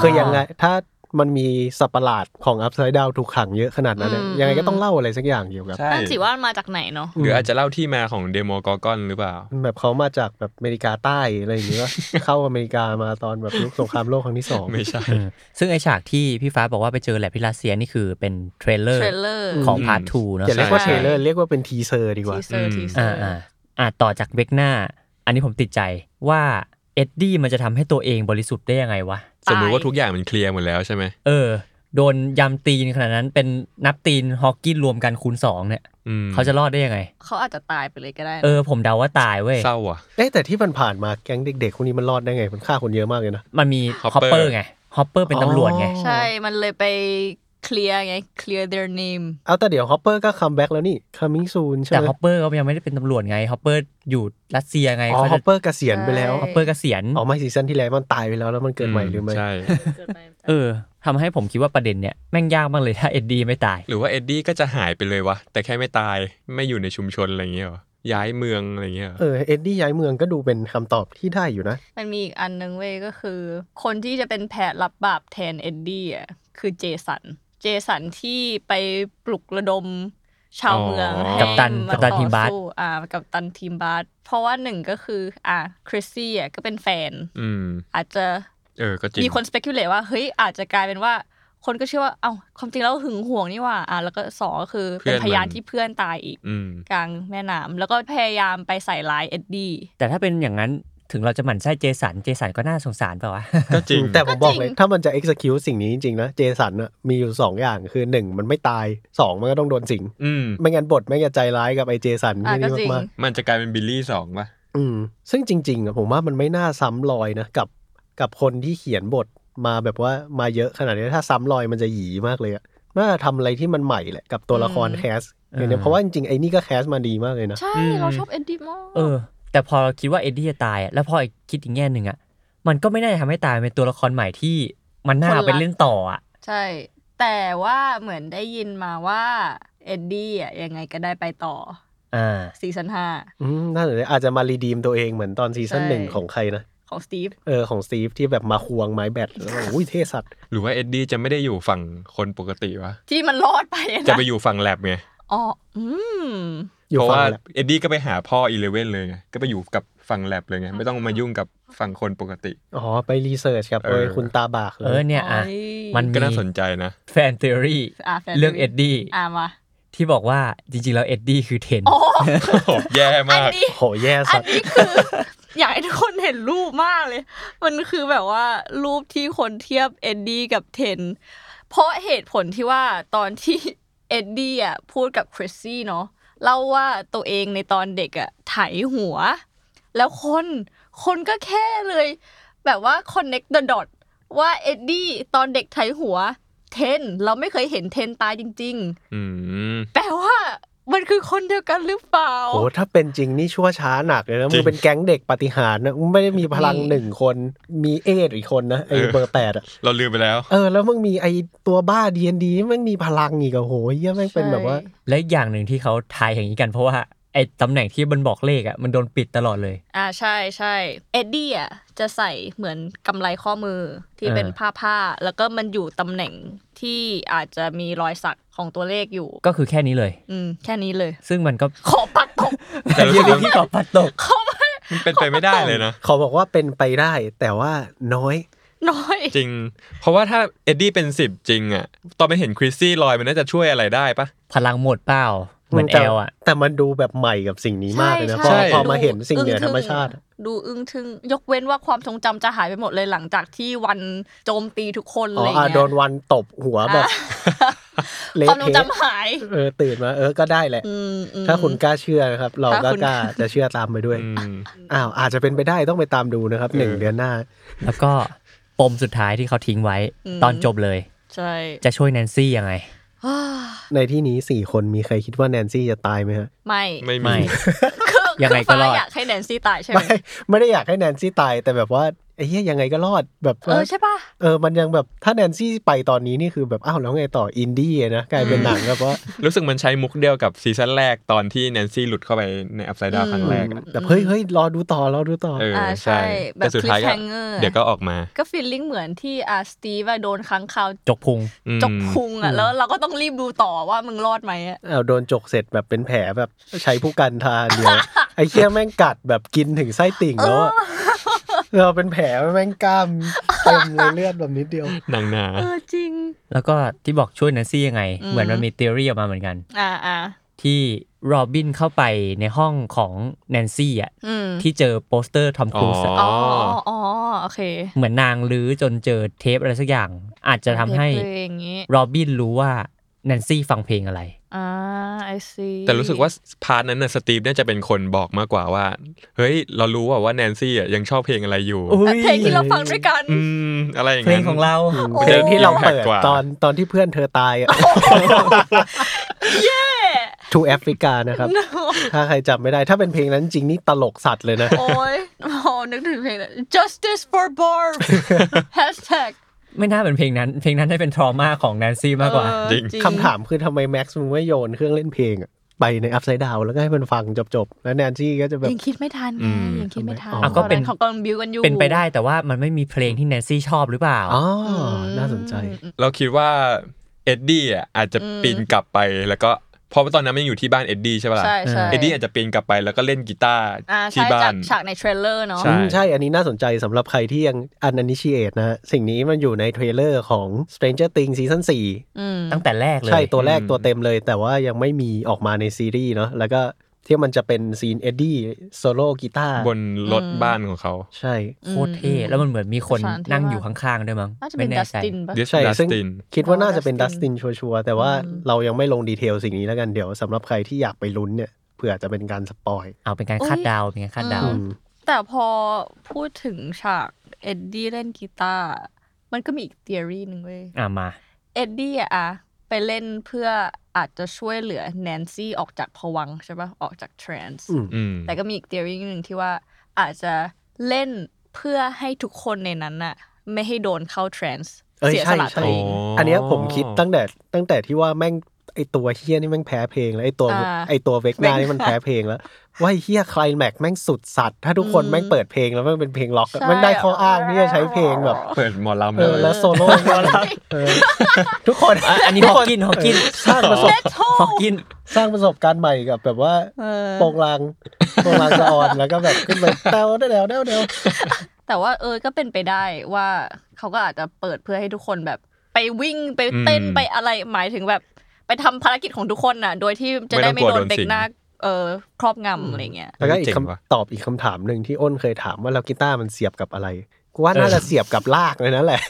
Speaker 4: คือยังไงถ้ามันมีสับประหลาดของอัพไซด์ดาวถูกขังเยอะขนาดนั้นเนี่ย
Speaker 6: อืม
Speaker 4: ยังไงก็ต้องเล่าอะไรสักอย่างเกี่ยวกับ
Speaker 5: ใช่
Speaker 6: นั่นสิว่ามันมาจากไหนเนาะ
Speaker 5: หรืออาจจะเล่าที่มาของเดโมกอร์กอนหรือเปล่า
Speaker 4: แบบเขามาจากแบบอเมริกาใต้อะไรอย่างเงี้ย [LAUGHS] เข้าอเมริกามาตอนแบบยุคสงครามโลกครั้งที่สอง
Speaker 5: ไม่ใช่
Speaker 3: อืมซึ่งไอฉากที่พี่ฟ้าบอกว่าไปเจอแหละพิลาเซียนี่คือเป็นเทรลเลอ
Speaker 6: เท
Speaker 3: ร์
Speaker 6: รลเลอร์
Speaker 3: ของ
Speaker 5: อืม
Speaker 3: พาร์ททูเนาะ
Speaker 4: อย่าเรียกว่า
Speaker 5: ใช่
Speaker 4: เทรลเลอร์เรียกว่าเป็นทีเซอร์ดีกว่า
Speaker 6: ทีเซอร์
Speaker 5: อืม
Speaker 6: ทีเซอ
Speaker 3: อ่า
Speaker 6: ร์
Speaker 3: อ่าอ่าต่อจากเวกหน้า อันนี้ผมติดใจว่าเอ็ดดี้มันจะทำให้ตัวเองบริสุทธิ์ได้ยังไงวะ
Speaker 5: สมมุติว่าทุกอย่างมันเคลียร์หมดแล้วใช่ไหม
Speaker 3: เออ โดนยำตีนขนาดนั้นเป็นนับตีนฮอกกี้รวมกันคูณสองเนี่ย
Speaker 5: อืม
Speaker 3: เขาจะรอดได้ยังไง
Speaker 6: เขาอาจจะตายไปเลยก็ได้นะ
Speaker 3: เออ ผมเดาว่าตายเว้ย
Speaker 5: เศร้าอ่ะ
Speaker 4: เอ๊ะแต่ที่มันผ่านๆมาแก๊งเด็กๆคนนี้มันรอดได้ไง มันฆ่าคนเยอะมากเลยนะ
Speaker 3: มันมีฮอ
Speaker 5: Hopper
Speaker 3: ปเปอร์ไงฮอปเปอร์เป็นตำรวจไง
Speaker 4: อ๋อ
Speaker 6: ใช่ มันเลยไปเคลียร์ไง เคลียร์ their name
Speaker 4: เอาแต่เดี๋ยวฮอปเปอร์ก็คัมแบ็กแล้วนี่ coming soon ใช่
Speaker 3: แต่
Speaker 4: ไหม
Speaker 3: ฮอปเปอร์ก็ยังไม่ได้เป็นตำรวจไงฮอปเปอร์อยู่รัสเซียไง
Speaker 4: อ๋อ
Speaker 3: เขา
Speaker 4: ฮ
Speaker 3: จะ
Speaker 4: อปเปอร์เกษียณไปแล้ว
Speaker 3: ฮอปเปอร์เกษียณ
Speaker 4: อ๋อไม่ซีซั่นที่แล้วมันตายไปแล้วแล้วมันเกิดใหม่หรือไม่
Speaker 5: ใช่
Speaker 4: [LAUGHS]
Speaker 3: เออทำให้ผมคิดว่าประเด็นเนี่ยแม่งยากมากเลยถ้าเอ็ดดี้ไม่ตาย
Speaker 5: หรือว่าเอ็ดดี้ก็จะหายไปเลยวะแต่แค่ไม่ตายไม่อยู่ในชุมชนอะไรอย่างเงี้ยเหรอย้ายเมืองอะไรอย่างเงี้ยเหรอ
Speaker 4: เออเอ็ดดี้ย้ายเมืองก็ดูเป็นคำตอบที่ได้อยู่นะ
Speaker 6: มันมีอีกอันนึงเว้ยก็คือ คนที่จะเป็นแผนรับบาปแทนเอ็ดดี้อ่ะคือเจสัน เจสันที่ไปปลุกระดมชาวเมืองให้
Speaker 3: กัปตัน
Speaker 6: มา
Speaker 3: กัปตันทีมบาส
Speaker 6: ต่อสู้อ่ากับตันทีมบาสเพราะว่าหนึ่งก็คืออ่าคริสซี่อ่ะก็เป็นแฟน
Speaker 5: อืม
Speaker 6: อาจจะ
Speaker 5: เออก็จริง
Speaker 6: มีคน speculate ว่าเฮ้ยอาจจะกลายเป็นว่า คนก็เชื่อว่าเอ้าความจริงแล้วหึงหวงนี่หว่าอ่าแล้วก็สองก็คือเป็น
Speaker 5: เพื่อนมัน
Speaker 6: พยานที่เพื่อนตายอีก
Speaker 5: อืม
Speaker 6: กลางแม่น้ำแล้วก็พยายามไปใส่ร้ายเอ็ดดี้
Speaker 3: แต่ถ้าเป็นอย่างนั้นถึงเราจะหมั่นไส้เจสันเจสันก็น่าสงสารเปล่าวะ
Speaker 5: ก็จริง
Speaker 4: แต่ผมบอก
Speaker 6: ก็
Speaker 4: เลย
Speaker 6: จริง
Speaker 4: ถ้ามันจะ execute สิ่งนี้จริงๆนะเจสันน่ะมีอยู่ 2 อย่างคือ 1 มันไม่ตาย 2 มันก็ต้องโดนสิง
Speaker 5: อืม
Speaker 4: ไม่งั้นบทไม่งจะใจร้ายกับไอเจสัน
Speaker 6: อ่ะ
Speaker 4: ที่
Speaker 6: ก็
Speaker 4: นี่
Speaker 6: จริง
Speaker 4: มาก
Speaker 5: มันจะกลายเป็นบิลลี่สองป่ะ
Speaker 4: ๆอืมซึ่งจริงๆอะผมว่ามันไม่น่าซ้ำรอยนะกับกับคนที่เขียนบทมาแบบว่ามาเยอะขนาดนี้ถ้าซ้ำรอยมันจะหยีมากเลยอะน่าจะทำอะไรที่มันใหม่แหละกับตัวละคร
Speaker 6: อืม
Speaker 4: แคสอย่างเนี้ยเพราะว่าจริงๆไอ้นี่ก็แคสมาดีมากเลยนะ
Speaker 6: ใช่
Speaker 3: อืม
Speaker 6: เราชอบเอ็ดดี้มาก
Speaker 3: เออ แต่พอเราคิดว่าเอ็ดดี้จะตายอะแล้วพออีกคิดอีกแง่หนึ่งอ่ะมันก็ไม่น่าจะทำให้ตายเป็นตัวละครใหม่ที่มันน่าเอาไปเล่นต่ออ่ะ
Speaker 6: ใช่ แต่ว่าเหมือนได้ยินมาว่าเอ็ดดี้อ่ะยังไงก็ได้ไปต่อ
Speaker 3: อ่า
Speaker 6: ซีซั่นห้า
Speaker 4: อืมน่าสนใจอาจจะมารีดีมตัวเองเหมือนตอนซีซั่น
Speaker 6: ใช่
Speaker 4: หนึ่งของใครนะ
Speaker 6: ของสตีฟ
Speaker 4: เออของสตีฟที่แบบมาควงไม้แบตแล้วก็อุ้ยเท่สัตว์
Speaker 5: หรือว่าเอ็ดดี้จะไม่ได้อยู่ฝั่งคนปกติวะ
Speaker 6: ที่มันรอดไปอ
Speaker 5: จะไปอยู่ฝั่งแลบไง
Speaker 6: อ๋ออืม
Speaker 4: อยู่
Speaker 5: เพราะ
Speaker 4: ฟัง
Speaker 5: ว่า
Speaker 4: แหละ
Speaker 5: เอ็ดดี้ก็ไปหาพ่ออีเลเว่นเลยไง ก็ไปอยู่กับฝั่งแลบเลยไง ไม่ต้องมายุ่งกับฝั่งคนปกติ
Speaker 4: อ๋อ ไปรีเสิร์ชกับ
Speaker 5: เอ
Speaker 4: โด
Speaker 5: อ
Speaker 4: ยคุณตาบากเล
Speaker 3: เออย เนี่ยอ่ะ
Speaker 6: โอ้ย
Speaker 3: มัน
Speaker 5: ก็
Speaker 3: มี
Speaker 5: น่าสนใจ
Speaker 6: [LAUGHS]
Speaker 5: นะ
Speaker 3: แฟนเทอรี่
Speaker 6: อ่ะแฟน
Speaker 3: เรื่องเอ็ดดี้
Speaker 6: อ่ะมา
Speaker 3: ที่บอกว่าจริงๆแล้วเอ็ดดี้คือเทน
Speaker 6: โอ้
Speaker 5: แย่
Speaker 6: อัน
Speaker 5: มาก
Speaker 6: นี้
Speaker 4: โห แย่
Speaker 6: อั
Speaker 4: สั
Speaker 6: น
Speaker 4: ส
Speaker 6: นี้คือ [LAUGHS] อยากให้ทุกคนเห็นรูปมากเลย มันคือแบบว่ารูปที่คนเทียบเอ็ดดี้กับเทน เพราะเหตุผลที่ว่าตอนที่เอ็ดดี้อ่ะพูดกับคริสซี่เนาะเล่าว่าตัวเองในตอนเด็กอ่ะไถหัว แล้วคนคนก็แค่เลย แบบว่า connect the dot ว่าเอ็ดดี้ตอนเด็กไถหัวเทน เราไม่เคยเห็นเทนตายจริง
Speaker 5: อืม
Speaker 6: ๆ แปลว่ามันคือคนเดียวกันหรือเปล่า
Speaker 4: โห ถ้าเป็นจริงนี่ชั่วช้าหนักเลยนะ
Speaker 5: จ
Speaker 4: มึ
Speaker 5: ริง
Speaker 4: งเป็นแก๊งเด็กปาฏิหารย์นะมึงไม่ได้มีพลัง
Speaker 6: นี่
Speaker 4: หนึ่งคน มีเอทอีกคนนะ ไอเบอร์แปดอะ
Speaker 5: เราลืมไป
Speaker 4: [LAUGHS]
Speaker 5: แล้ว
Speaker 4: เออ แล้วมึงมีไอตัวบ้าดีนดีมันมีพลังอีกอะโหเยี่ยแม่งเป็นแบบว่า
Speaker 3: และอีกอย่างหนึ่งที่เขาทายอย่างนี้กันเพราะว่าไอ้ตำแหน่งที่มันบอกเลขอ่ะมันโดนปิดตลอดเลย
Speaker 6: อ่าใช่ใช่เอ็ดดี้อ่ะจะใส่เหมือนกำไรข้อมือที่
Speaker 3: อ่า
Speaker 6: เป็นผ้าผ้า แล้วก็มันอยู่ตำแหน่งที่อาจจะมีรอยสักของตัวเลขอยู่
Speaker 3: ก็คือแค่นี้เลย
Speaker 6: อืมแค่นี้เลย
Speaker 3: ซึ่งมันก็
Speaker 6: ขอปัดตก
Speaker 5: แต่รู้
Speaker 3: เรื่
Speaker 5: สึ
Speaker 3: อก ง
Speaker 5: ว่า
Speaker 3: ที่ตอบปัดตก
Speaker 6: เขามา
Speaker 5: มันเป็นไปไม่ได้เลยนะ
Speaker 4: ขอบอกว่าเป็นไปได้ แต่ว่าน้อย
Speaker 6: น้อย
Speaker 5: จริง เพราะว่าถ้าเอ็ดดี้เป็นสิบจริงอะตอนไปเห็นคริสซี่ลอยมันน่าจะช่วยอะไรได้ปะ
Speaker 3: พลังหมดเปล่า เหมือน
Speaker 4: แต่
Speaker 3: แอลอะ
Speaker 4: แต่มันดูแบบใหม่กับสิ่งนี้มากเลยนะพอ
Speaker 5: ใช่
Speaker 4: พอมาเห็นสิ่งเหนือธรรมชาติ
Speaker 6: ดูอึ้งทึ่งยกเว้นว่าความทรงจำจะหายไปหมดเลยหลังจากที่วันโจมตีทุกคน
Speaker 4: อ๋อย
Speaker 6: เลาง
Speaker 4: อ่ะ
Speaker 6: เงี้ย
Speaker 4: โดนวันตบหัวแบบ เละ
Speaker 6: ความทรง
Speaker 4: เทะ
Speaker 6: จำหาย
Speaker 4: เออตื่นมาเออก็ได้แหละ
Speaker 6: อืมอืม
Speaker 4: ถ้าคุณกล้าเชื่อนะครับ เราก็
Speaker 6: ถ้าคุณ
Speaker 4: กล้าจะเชื่อตามไปด้วย
Speaker 5: อืม
Speaker 4: อ้าวอาจจะเป็นไปได้ต้องไปตามดูนะครับหนึ่ง
Speaker 5: เออ
Speaker 4: เดือนหน้า
Speaker 3: แล้วก็ปมสุดท้ายที่เขาทิ้งไว้
Speaker 6: อืม
Speaker 3: ตอนจบเลย
Speaker 6: ใช่ [SIGHS]
Speaker 3: จะช่วยแนนซี่ยังไง
Speaker 6: อ้า
Speaker 4: ในที่นี้สี่คนมีใครคิดว่าแนนซี่จะตายไหมฮะ
Speaker 6: ไม่
Speaker 5: ไม่มี
Speaker 3: ไม่
Speaker 6: คือ
Speaker 3: ยังไงก็
Speaker 6: คือฟ้าร
Speaker 3: อด
Speaker 6: อยากให้แนนซี่ตายใช่ไหม
Speaker 4: ไม่ไม่ได้อยากให้แนนซี่ตายแต่แบบว่าไอ้เหี้ยยังไงก็รอดแบบ
Speaker 6: เออใช่ป่ะ
Speaker 4: เออมันยังแบบถ้าแนนซี่ไปตอนนี้นี่คือแบบอ้าวแล้วไงต่ออินดี้อะนะกลายเป็นหนังแบบว่า
Speaker 5: รู้สึกมันใช้มุกเดียวกับซีซั่นแรกตอนที่แนนซี่หลุดเข้าไปในอั s ไซด์ดาว
Speaker 6: อืม
Speaker 5: ครั้งแรกอะ
Speaker 4: แบบเฮ้ยเฮ้ยรอดูต่อรอดูต่อ
Speaker 5: เอออา
Speaker 6: ใช่
Speaker 5: ใช่
Speaker 6: แบบ
Speaker 5: แต่สุดท้ายก็
Speaker 6: cliffhanger
Speaker 5: เดี๋ยวก็ออกมา
Speaker 6: ก็ฟีลลิ่งเหมือนที่อาสตีว่าโดนค้างคาว
Speaker 3: จกพุง
Speaker 5: อืม
Speaker 6: จกพุงอ่ะแล้วเราก็ต้องรีบดูต่อว่ามึงรอดไหมอะ
Speaker 4: เอาโดนจกเสร็จแบบเป็นแผลแบบใช้ผู้กันทาเดียว ไอ้เคี้ยแม่งกัดแบบกินถึงไส้ติ่งแล้วอะเราเป็นแผลแม่งกล้ามเต็มเลยเลือดแบบนิดเดียว
Speaker 5: หนังหนา
Speaker 6: เออจริง
Speaker 3: แล้วก็ที่บอกช่วยแนนซี่ยังไง
Speaker 6: อืม
Speaker 3: เหมือนมันมีทฤษฎีออกมาเหมือนกัน
Speaker 6: อ่าอ่า
Speaker 3: ที่โรบินเข้าไปในห้องของแนนซี่อ่ะ
Speaker 6: อืม
Speaker 3: ที่เจอโปสเตอร์ทอมครูซอะ
Speaker 5: อ๋
Speaker 6: อ๋ออ๋อโอเค
Speaker 3: เหมือนนางลื้อจนเจอเทปอะไรสักอย่าง อาจจะทำให้
Speaker 6: เด็กเลยอย่างงี้
Speaker 3: โรบินรู้ว่าแนนซี่ฟังเพลงอะไร
Speaker 6: อ่า I see
Speaker 5: แต่รู้สึกว่าพาร์ทนั้นน่ะสตีฟน่าจะเป็นคนบอกมากกว่าว่า เฮ้ย เรารู้ว่าว่าแนนซี่อ่ะยังชอบเพลงอะไรอยู่
Speaker 6: อ่ะเพลงที่เราฟังด้วยกัน
Speaker 5: อืม อะไรอย่าง
Speaker 3: เพล
Speaker 5: นั้
Speaker 3: ง
Speaker 5: น
Speaker 3: ของเรา
Speaker 6: โอ้ย
Speaker 4: เพลงที่เราเปิด
Speaker 5: กว่า
Speaker 4: ตอนตอนที่เพื่อนเธอตายอะ [LAUGHS]
Speaker 6: เย้
Speaker 4: ทูแอฟริกานะครับ ถ้าใครจำไม่ได้ ถ้าเป็นเพลงนั้นจริงนี่ตลกสัตว์เลยนะ
Speaker 6: โอ้ยโอ้นึกถึงเพลงนั้น justice for Barb hashtag
Speaker 3: ไม่น่าเป็นเพลงนั้น เพลงนั้นได้เป็นทรมาของแนนซี่มากกว่า
Speaker 6: เออ
Speaker 5: จริง
Speaker 4: คำถามคือทำไมแม็กซ์มึงไม่โยนเครื่องเล่นเพลงอะไปในอัพไซด์ดาวแล้วก็ให้มันฟังจบๆ แล้วแนนซี่ก็จะแบบ
Speaker 6: ยังคิดไม่ทันไง
Speaker 5: อืม
Speaker 6: ยังคิดไม่ทัน
Speaker 4: อ๋อ
Speaker 6: ต
Speaker 3: ก็เป็น
Speaker 6: เขากำลังบิวกันอยู่
Speaker 3: เป็นไปได้แต่ว่ามันไม่มีเพลงที่แนนซี่ชอบหรือเปล่า
Speaker 4: อ๋อ
Speaker 6: อืม
Speaker 4: น่าสนใจ
Speaker 5: เราคิดว่าเอ็ดดี้อ่ะอาจจะ
Speaker 6: อืม
Speaker 5: ปีนกลับไปแล้วก็เพราะว่าตอนนั้นมันยังอยู่ที่บ้านเอ็ดดี้ใช่ปะล่ะ
Speaker 6: ใช่ใช่
Speaker 5: เอ็ดดี้อาจจะปีนกลับไปแล้วก็เล่นกีตาร์
Speaker 6: อ่า
Speaker 5: ที่
Speaker 6: ใช่
Speaker 5: บ้า
Speaker 6: จาก
Speaker 5: น
Speaker 6: ฉากในเทรลเลอร์เนาะ
Speaker 5: ใช่
Speaker 4: อืมใช่ อันนี้น่าสนใจสำหรับใครที่ยังอันอนิชิเอตนะฮะสิ่งนี้มันอยู่ในเทรลเลอร์ของ Stranger Things ซีซั่น
Speaker 6: อืม
Speaker 3: ตั้งแต่แรก
Speaker 4: 4
Speaker 3: เลย
Speaker 4: ใช่ตัวแรก
Speaker 5: อืม
Speaker 4: ตัวเต็มเลย แต่ว่ายังไม่มีออกมาในซีรีส์เนาะแล้วก็ที่มันจะเป็นซีนเอ็ดดี้โซโล่กีตาร์
Speaker 5: บนรถ
Speaker 6: อืม
Speaker 5: บ้านของเขา
Speaker 4: ใช่
Speaker 3: โคตรเท่แล้วมันเหมือนมีคน
Speaker 6: สถานที่
Speaker 3: นั่ง
Speaker 6: ว่า
Speaker 3: อยู่ข้างๆด้วยมั้ง
Speaker 6: น่าจะเป็
Speaker 3: ไม่
Speaker 6: น
Speaker 3: แน่
Speaker 6: ดัส
Speaker 3: ใจ
Speaker 6: ตินป่ะ
Speaker 5: This
Speaker 4: ใช่ซึ่ง
Speaker 5: Dustin
Speaker 4: คิดว่าน่าจะเป็น
Speaker 6: อ๋
Speaker 4: ดั
Speaker 6: อ
Speaker 4: ส
Speaker 6: Dustin
Speaker 4: ตินชัวร์ๆแต่ว่า
Speaker 6: อืม
Speaker 4: เรายังไม่ลงดีเทลสิ่งนี้แล้วกันเดี๋ยวสำหรับใครที่อยากไปลุ้นเนี่ยเผื่อจะเป็นการสปอย
Speaker 3: เอาเป็นการ
Speaker 6: อุ๊ย
Speaker 3: คาดเดาเป็นการคาดเดา
Speaker 6: อื
Speaker 4: อืม
Speaker 6: แต่พอพูดถึงฉากเอ็ดดี้เล่นกีตาร์มันก็มีอีกเทอรี่หนึ่งเว้ย
Speaker 3: อ่ะมา
Speaker 6: เอ็ดดี้อะอะไปเล่นเพื่ออาจจะช่วยเหลือแนนซี่ออกจากผวังค์ใช่ปะออกจากทรานส์
Speaker 4: อืม
Speaker 5: อืม
Speaker 6: แต่ก็มีอีกเทอรี่หนึ่งที่ว่าอาจจะเล่นเพื่อให้ทุกคนในนั้นน่ะ ไม่ให้โดนเข้าทรานส์
Speaker 4: เอ้ย
Speaker 6: เสีย
Speaker 4: ใช่
Speaker 6: สละตั
Speaker 4: ใช่
Speaker 6: วเอง
Speaker 4: อันเนี้ยผมคิดตั้งแต่ตั้งแต่ที่ว่าแม่งไอตัวเฮี้ยนี่แม่งแพ้เพลงแล้วไอตัว
Speaker 6: อ่า
Speaker 4: ไอตัวเวกนา
Speaker 6: Vecna
Speaker 4: นี่มันแพ้เพลงแล้วว่าไอ้เฮี้ยใครแม็กแม่งสุดสัตว์ ถ้าทุกคน
Speaker 6: อืม
Speaker 4: แม่งเปิดเพลงแล้วแม่งเป็นเพลงล็อกอะ
Speaker 6: ใช่
Speaker 4: แม่งได้ข้ออ้างที่จะใช้เพลงแบบ
Speaker 5: เปิดหมอลำ
Speaker 4: เอ
Speaker 5: เล
Speaker 4: อย แล้วโซโล่
Speaker 6: [LAUGHS]
Speaker 4: เออทุกคน
Speaker 3: อันนี้
Speaker 4: ทุค
Speaker 3: ฮอกกินฮอกกิน
Speaker 4: สร้างประสบ
Speaker 3: ฟอกกิน
Speaker 4: สร้างประสบการณ์ใหม่กับแบบว่า
Speaker 6: เออ
Speaker 4: โปรงลางโปรงลางจะอ่อน แล้วก็แบบขึ้นไปเต้าได้แล้วได้แล้ว
Speaker 6: แต่ว่าเออก็เป็นไปได้ว่าเขาก็อาจจะเปิดเพื่อให้ทุกคนแบบไปวิ่งไปเต้น
Speaker 5: อืม
Speaker 6: ไปอะไรหมายถึงแบบ ไปทำภารกิจของทุกคนน่ะ โดยที่จะได้
Speaker 5: ไม่
Speaker 6: ไม่
Speaker 5: ต้องกลัว
Speaker 6: โดน
Speaker 5: โดน
Speaker 6: เด็
Speaker 5: สิ
Speaker 6: ก
Speaker 5: ง
Speaker 6: หน้าเออครอบงำอะไรเงี้ย
Speaker 4: แล้วก็อีก
Speaker 5: เจ๋งว่ะ
Speaker 4: คำตอบอีกคำถามหนึ่งที่อ้นเคยถามว่าเรากีตาร์มันเสียบกับอะไรกูว่าน่าจะเสียบกับลากเลย [LAUGHS] นั่นแหละ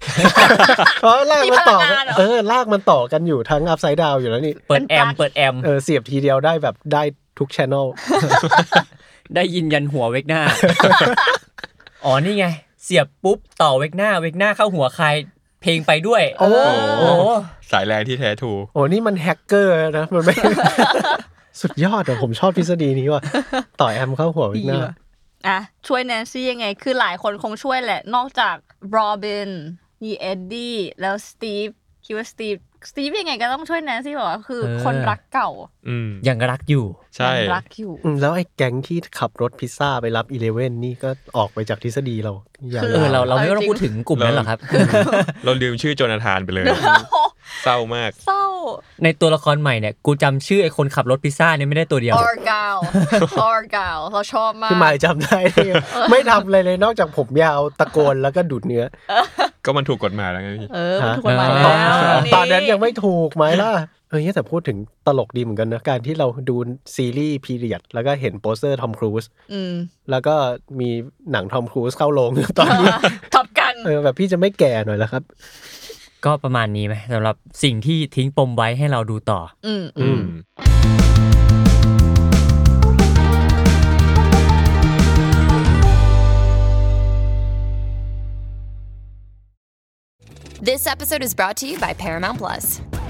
Speaker 4: เพราะลากมันต่อกันเออลากมันต่อกันอยู่ทั้งอัพไซด์ดาวอยู่แล้วนี่
Speaker 3: เปิดแอมเปิดแอม
Speaker 4: เออเสียบทีเดียวได้แบบได้ทุกช anel
Speaker 3: ได้ยินยันหัวเวกหน้า [LAUGHS] อ๋อนี่ไง เสียบปุ๊บต่อเวกหน้าเวกหน้าเข้าหัวใคร เพลงไปด้วย
Speaker 4: โอ้
Speaker 3: โอ้
Speaker 5: สายแรงที่แท้ทรู
Speaker 4: โหนี่มันแฮกเกอร์นะมันไม่ [LAUGHS] สุดยอดอะผมชอบทฤษฎีนี้ว่ะต่อแอมเข้าหัวอีกหน้า
Speaker 6: อ่ะช่วยแนนซี่ยังไง คือหลายคนคงช่วยแหละ นอกจากโรบินมีเอ็ดดี้แล้วสตีฟคิดว่าสตีฟสตีฟยังไงก็ต้องช่วยแนนซี่บอกว่าคือคนรักเก่า
Speaker 5: อืม
Speaker 3: ยังรักอยู่
Speaker 5: ใช่
Speaker 6: ยังรักอยู่
Speaker 4: อืมแล้วไอ้แก๊งที่ขับรถพิซซ่าไปรับอีเลเว่นนี่ก็ออกไปจากทฤษฎีเราย่าง
Speaker 6: คือ
Speaker 3: เออเราเราไม่
Speaker 6: เอาจริง
Speaker 3: ต้องพูดถึงกลุ่มนั้นหรอกครับ
Speaker 5: [LAUGHS]
Speaker 3: [LAUGHS]
Speaker 5: เราลืมชื่อโจนาธานไปเลย เศร้ามาก
Speaker 6: เศร้า
Speaker 3: ในตัวละครใหม่เนี่ยกูจำชื่อไอ้คนขับรถพิซซ่าเนี่ยไม่ได้ตัวเดียว
Speaker 6: ออร์กาวออร์กาวเราชอบมาก
Speaker 4: พี่หมายจำได้เลยไม่ทำอะไรเลยนอกจากผมยาวตะโกนแล้วก็ดูดเนื้อ
Speaker 5: ก็มันถูกกฎหมายแล้วไงพี่
Speaker 6: เออมัน
Speaker 4: ฮะ
Speaker 6: ถูกกฎหมาย
Speaker 3: เออ
Speaker 6: แล้ว
Speaker 4: ตอนนั้นยังไม่ถูกไหมล่ะ เอ เออเนี่ยแต่พูดถึงตลกดีเหมือนกันนะ การที่เราดูซีรีส์พีเรียด แล้วก็เห็นโปสเตอร์ทอมครูซ
Speaker 6: อืม
Speaker 4: แล้วก็มีหนังทอมครูซเข้าโรง [LAUGHS] ตอนนี้
Speaker 6: ท็อปกัน
Speaker 4: เออแบบพี่จะไม่แก่หน่อยแล้วครับ
Speaker 3: ก็ประมาณนี้ไหมสำหรับสิ่งที่ทิ้งปมไว้ให้เราดูต่อ
Speaker 6: อืม
Speaker 4: อืม
Speaker 7: This episode is brought to you by Paramount Plus.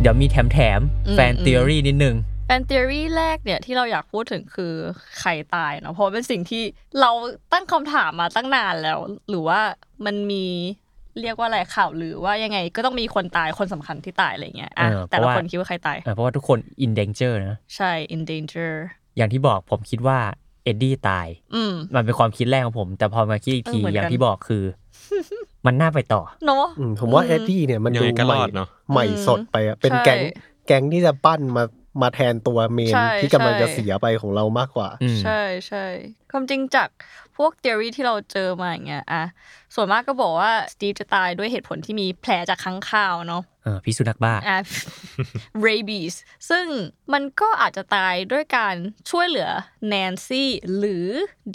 Speaker 3: เดี๋ยวมีแถมแถมๆ
Speaker 6: อืม
Speaker 3: แฟน
Speaker 6: อืม
Speaker 3: เทอรี่นิดนึง
Speaker 6: แฟนเทอรี่แรกเนี่ยที่เราอยากพูดถึงคือใครตายเนาะเพราะเป็นสิ่งที่เราตั้งคำถามมาตั้งนานแล้ว หรือว่ามันมีเรียกว่าอะไรข่าวหรือว่ายังไงก็ต้องมีคนตายคนสำคัญที่ตายอะไรเงี้ยอ่ะ
Speaker 3: เออเพ
Speaker 6: แต่
Speaker 3: ราะ
Speaker 6: ละ
Speaker 3: ว่า
Speaker 6: คนคิดว่าใครตาย
Speaker 3: เออเพราะว่าทุกคนอินเดนเจอร์นะ
Speaker 6: ใช่ in danger
Speaker 3: อย่างที่บอกผมคิดว่าเอ็ดดี้ตาย
Speaker 6: อืม
Speaker 3: มันเป็นความคิดแรกของผม แต่พอมาคิดอีกที
Speaker 6: เออเหมือนกัน
Speaker 3: อย่างที่บอกคือ มันน่าไปต่อ
Speaker 6: เนาะ
Speaker 4: อืมผมว่าเอ็ดดี้เนี่ยมัน
Speaker 5: ยัง
Speaker 4: ดู
Speaker 5: ไงก็
Speaker 4: ให
Speaker 5: ร
Speaker 4: ม่
Speaker 5: อดเนอะ
Speaker 4: ใหม่
Speaker 6: อืม
Speaker 4: สดไปอะเป็น
Speaker 6: ใช่
Speaker 4: แก๊งแก๊งที่จะปั้นมามาแทนตัวเมน
Speaker 6: ใช่
Speaker 4: ที่กำลังจะ
Speaker 6: ใช่
Speaker 4: เสียไปของเรามากกว่า
Speaker 3: อืม
Speaker 6: ใช่ใช่ความจริงจากพวก theory ที่เราเจอมาอย่างเงี้ยอ่ะส่วนมากก็บอกว่าสตีฟจะตายด้วยเหตุผลที่มีแผลจากค้างคาวเนาะ
Speaker 3: เออพิษสุนักบ้า
Speaker 4: [LAUGHS]
Speaker 6: อ่ะ rabies ซึ่งมันก็อาจจะตายด้วยการช่วยเหลือแนนซี่หรือ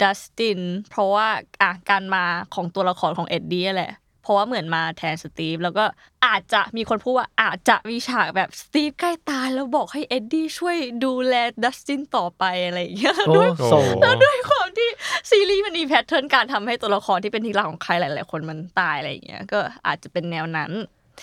Speaker 6: ดัสตินเพราะว่าอ่ะการมาของตัวละครของเอ็ดดี้แหละ เพราะว่าเหมือนมาแทนสตีฟแล้วก็อาจจะมีคนพูดว่าอาจจะมีฉากแบบสตีฟใกล้ตายแล้วบอกให้เอ็ดดี้ช่วยดูแลดัสตินต่อไปอะไรอย่างเงี้ย
Speaker 4: โอ้
Speaker 6: ด้วย
Speaker 4: โซ
Speaker 6: แล้วด้วยความที่ซีรีส์มันมีแพทเทิร์นการทำให้ตัวละครที่เป็นที่รักของใครหลาย ๆ คนมันตายอะไรอย่างเงี้ยก็อาจจะเป็นแนวนั้น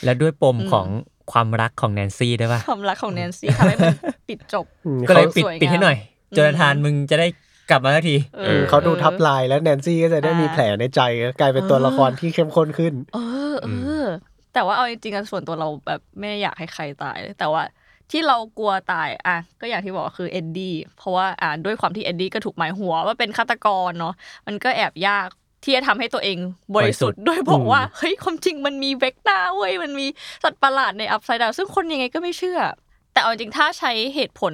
Speaker 3: แล้วด้วยปมของความรักของแนนซี่ด้วยป่ะ
Speaker 6: ความรักของแนนซี่ทำให้มันปิดจบ
Speaker 4: อืม
Speaker 3: ก็เลย
Speaker 4: เขา
Speaker 3: ปิด
Speaker 6: สวยงาม
Speaker 3: ปิดให้หน่อยโจนาธานมึงจะได้กลับมาสักที
Speaker 6: อ
Speaker 5: เอ
Speaker 6: อ
Speaker 5: อ
Speaker 4: เขาดูทับลายแล้วแนนซี่ก็จะได้มี
Speaker 6: อ่า
Speaker 4: แผลในใจกลายเป็นตัวละครที่เข้มข้นขึ้น
Speaker 6: เออเออ แต่ว่าเอาจริงๆอะส่วนตัวเราแบบไม่ได้อยากให้ใครตาย แต่ว่าที่เรากลัวตายอ่ะก็อย่างที่บอกคือเอ็ดดี้เพราะว่าอ่ะด้วยความที่เอ็ดดี้ก็ถูกหมายหัวว่าเป็นฆาตกรเนาะมันก็แอบยากที่จะทำให้ตัวเองบริสุทธิ์ด้วยบอกว่าเฮ้ยความจริงมันมีเวกนาเว้ยมันมีสัตว์ประหลาดในอัพไซด์ดาวซึ่งคนยังไงก็ไม่เชื่อ แต่เอาจริงๆถ้าใช้เหตุผล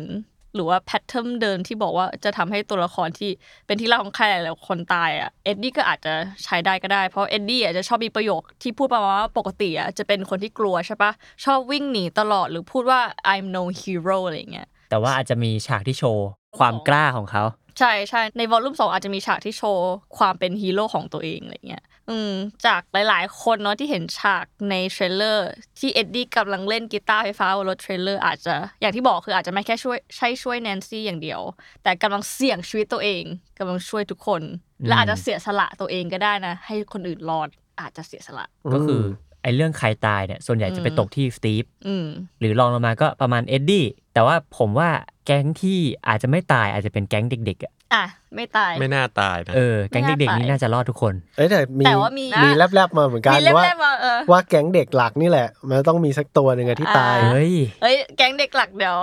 Speaker 6: หรือว่าแพทเทิร์นเดิมที่บอกว่าจะทำให้ตัวละครที่เป็นที่รักของใครหลายๆคนตายอ่ะเอ็ดดี้ก็อาจจะใช้ได้ก็ได้ เพราะเอ็ดดี้อาจจะชอบมีประโยคที่พูดประมาณว่าปกติอ่ะจะเป็นคนที่กลัวใช่ปะชอบวิ่งหนีตลอดหรือพูดว่า I'm no hero อะไรอย่างเงี้ย
Speaker 3: แต่ว่าอาจจะมีฉากที่โชว์ความกล้าของเขา
Speaker 6: ใช่ใช่ในวอลลุ่มสองอาจจะมีฉากที่โชว์ความเป็นฮีโร่ของตัวเองอะไรเงี้ยอืมจากหลาย ๆ คนเนาะที่เห็นฉากในเทรลเลอร์ที่เอ็ดดี้กำลังเล่นกีตาร์ไฟฟ้าบนรถเทรลเลอร์อาจจะอย่างที่บอกคืออาจจะไม่แค่ช่วยใช่ช่วยแนนซี่อย่างเดียว แต่กำลังเสี่ยงชีวิตตัวเองกำลังช่วยทุกคน และอาจจะเสียสละตัวเองก็ได้นะ ให้คนอื่นรอดอาจจะเสียสละ
Speaker 3: ก็คือไอ้เรื่องใครตายเนี่ยส่วนใหญ่จะไปตกที่สตีฟ
Speaker 6: อืม
Speaker 3: หรือลองลงมาก็ประมาณเอ็ดดี้แต่ว่าผมว่าแก๊งที่อาจจะไม่ตายอาจจะเป็นแก๊งเด็กๆอะ
Speaker 6: อ่ะ ไม่ตาย
Speaker 5: ไม่น่าตายนะ
Speaker 3: เออแก๊งเด็กๆ
Speaker 6: ไม่น่าตาย
Speaker 3: นี่น่าจะรอดทุกคน
Speaker 4: เอ้ยแต่มี
Speaker 6: แต่ว่ามีนะ
Speaker 4: แลบๆมาเหมือนกัน
Speaker 6: มีเล่ม
Speaker 4: ว่า
Speaker 6: แรกมาเออ
Speaker 4: ว่าแก๊งเด็กหลักนี่แหละ มันต้องมีสักตัวหนึ่งอะที่ตาย
Speaker 6: อ่า
Speaker 3: เฮ้ย
Speaker 6: เอ้ยแก๊งเด็กหลักเดี๋ยว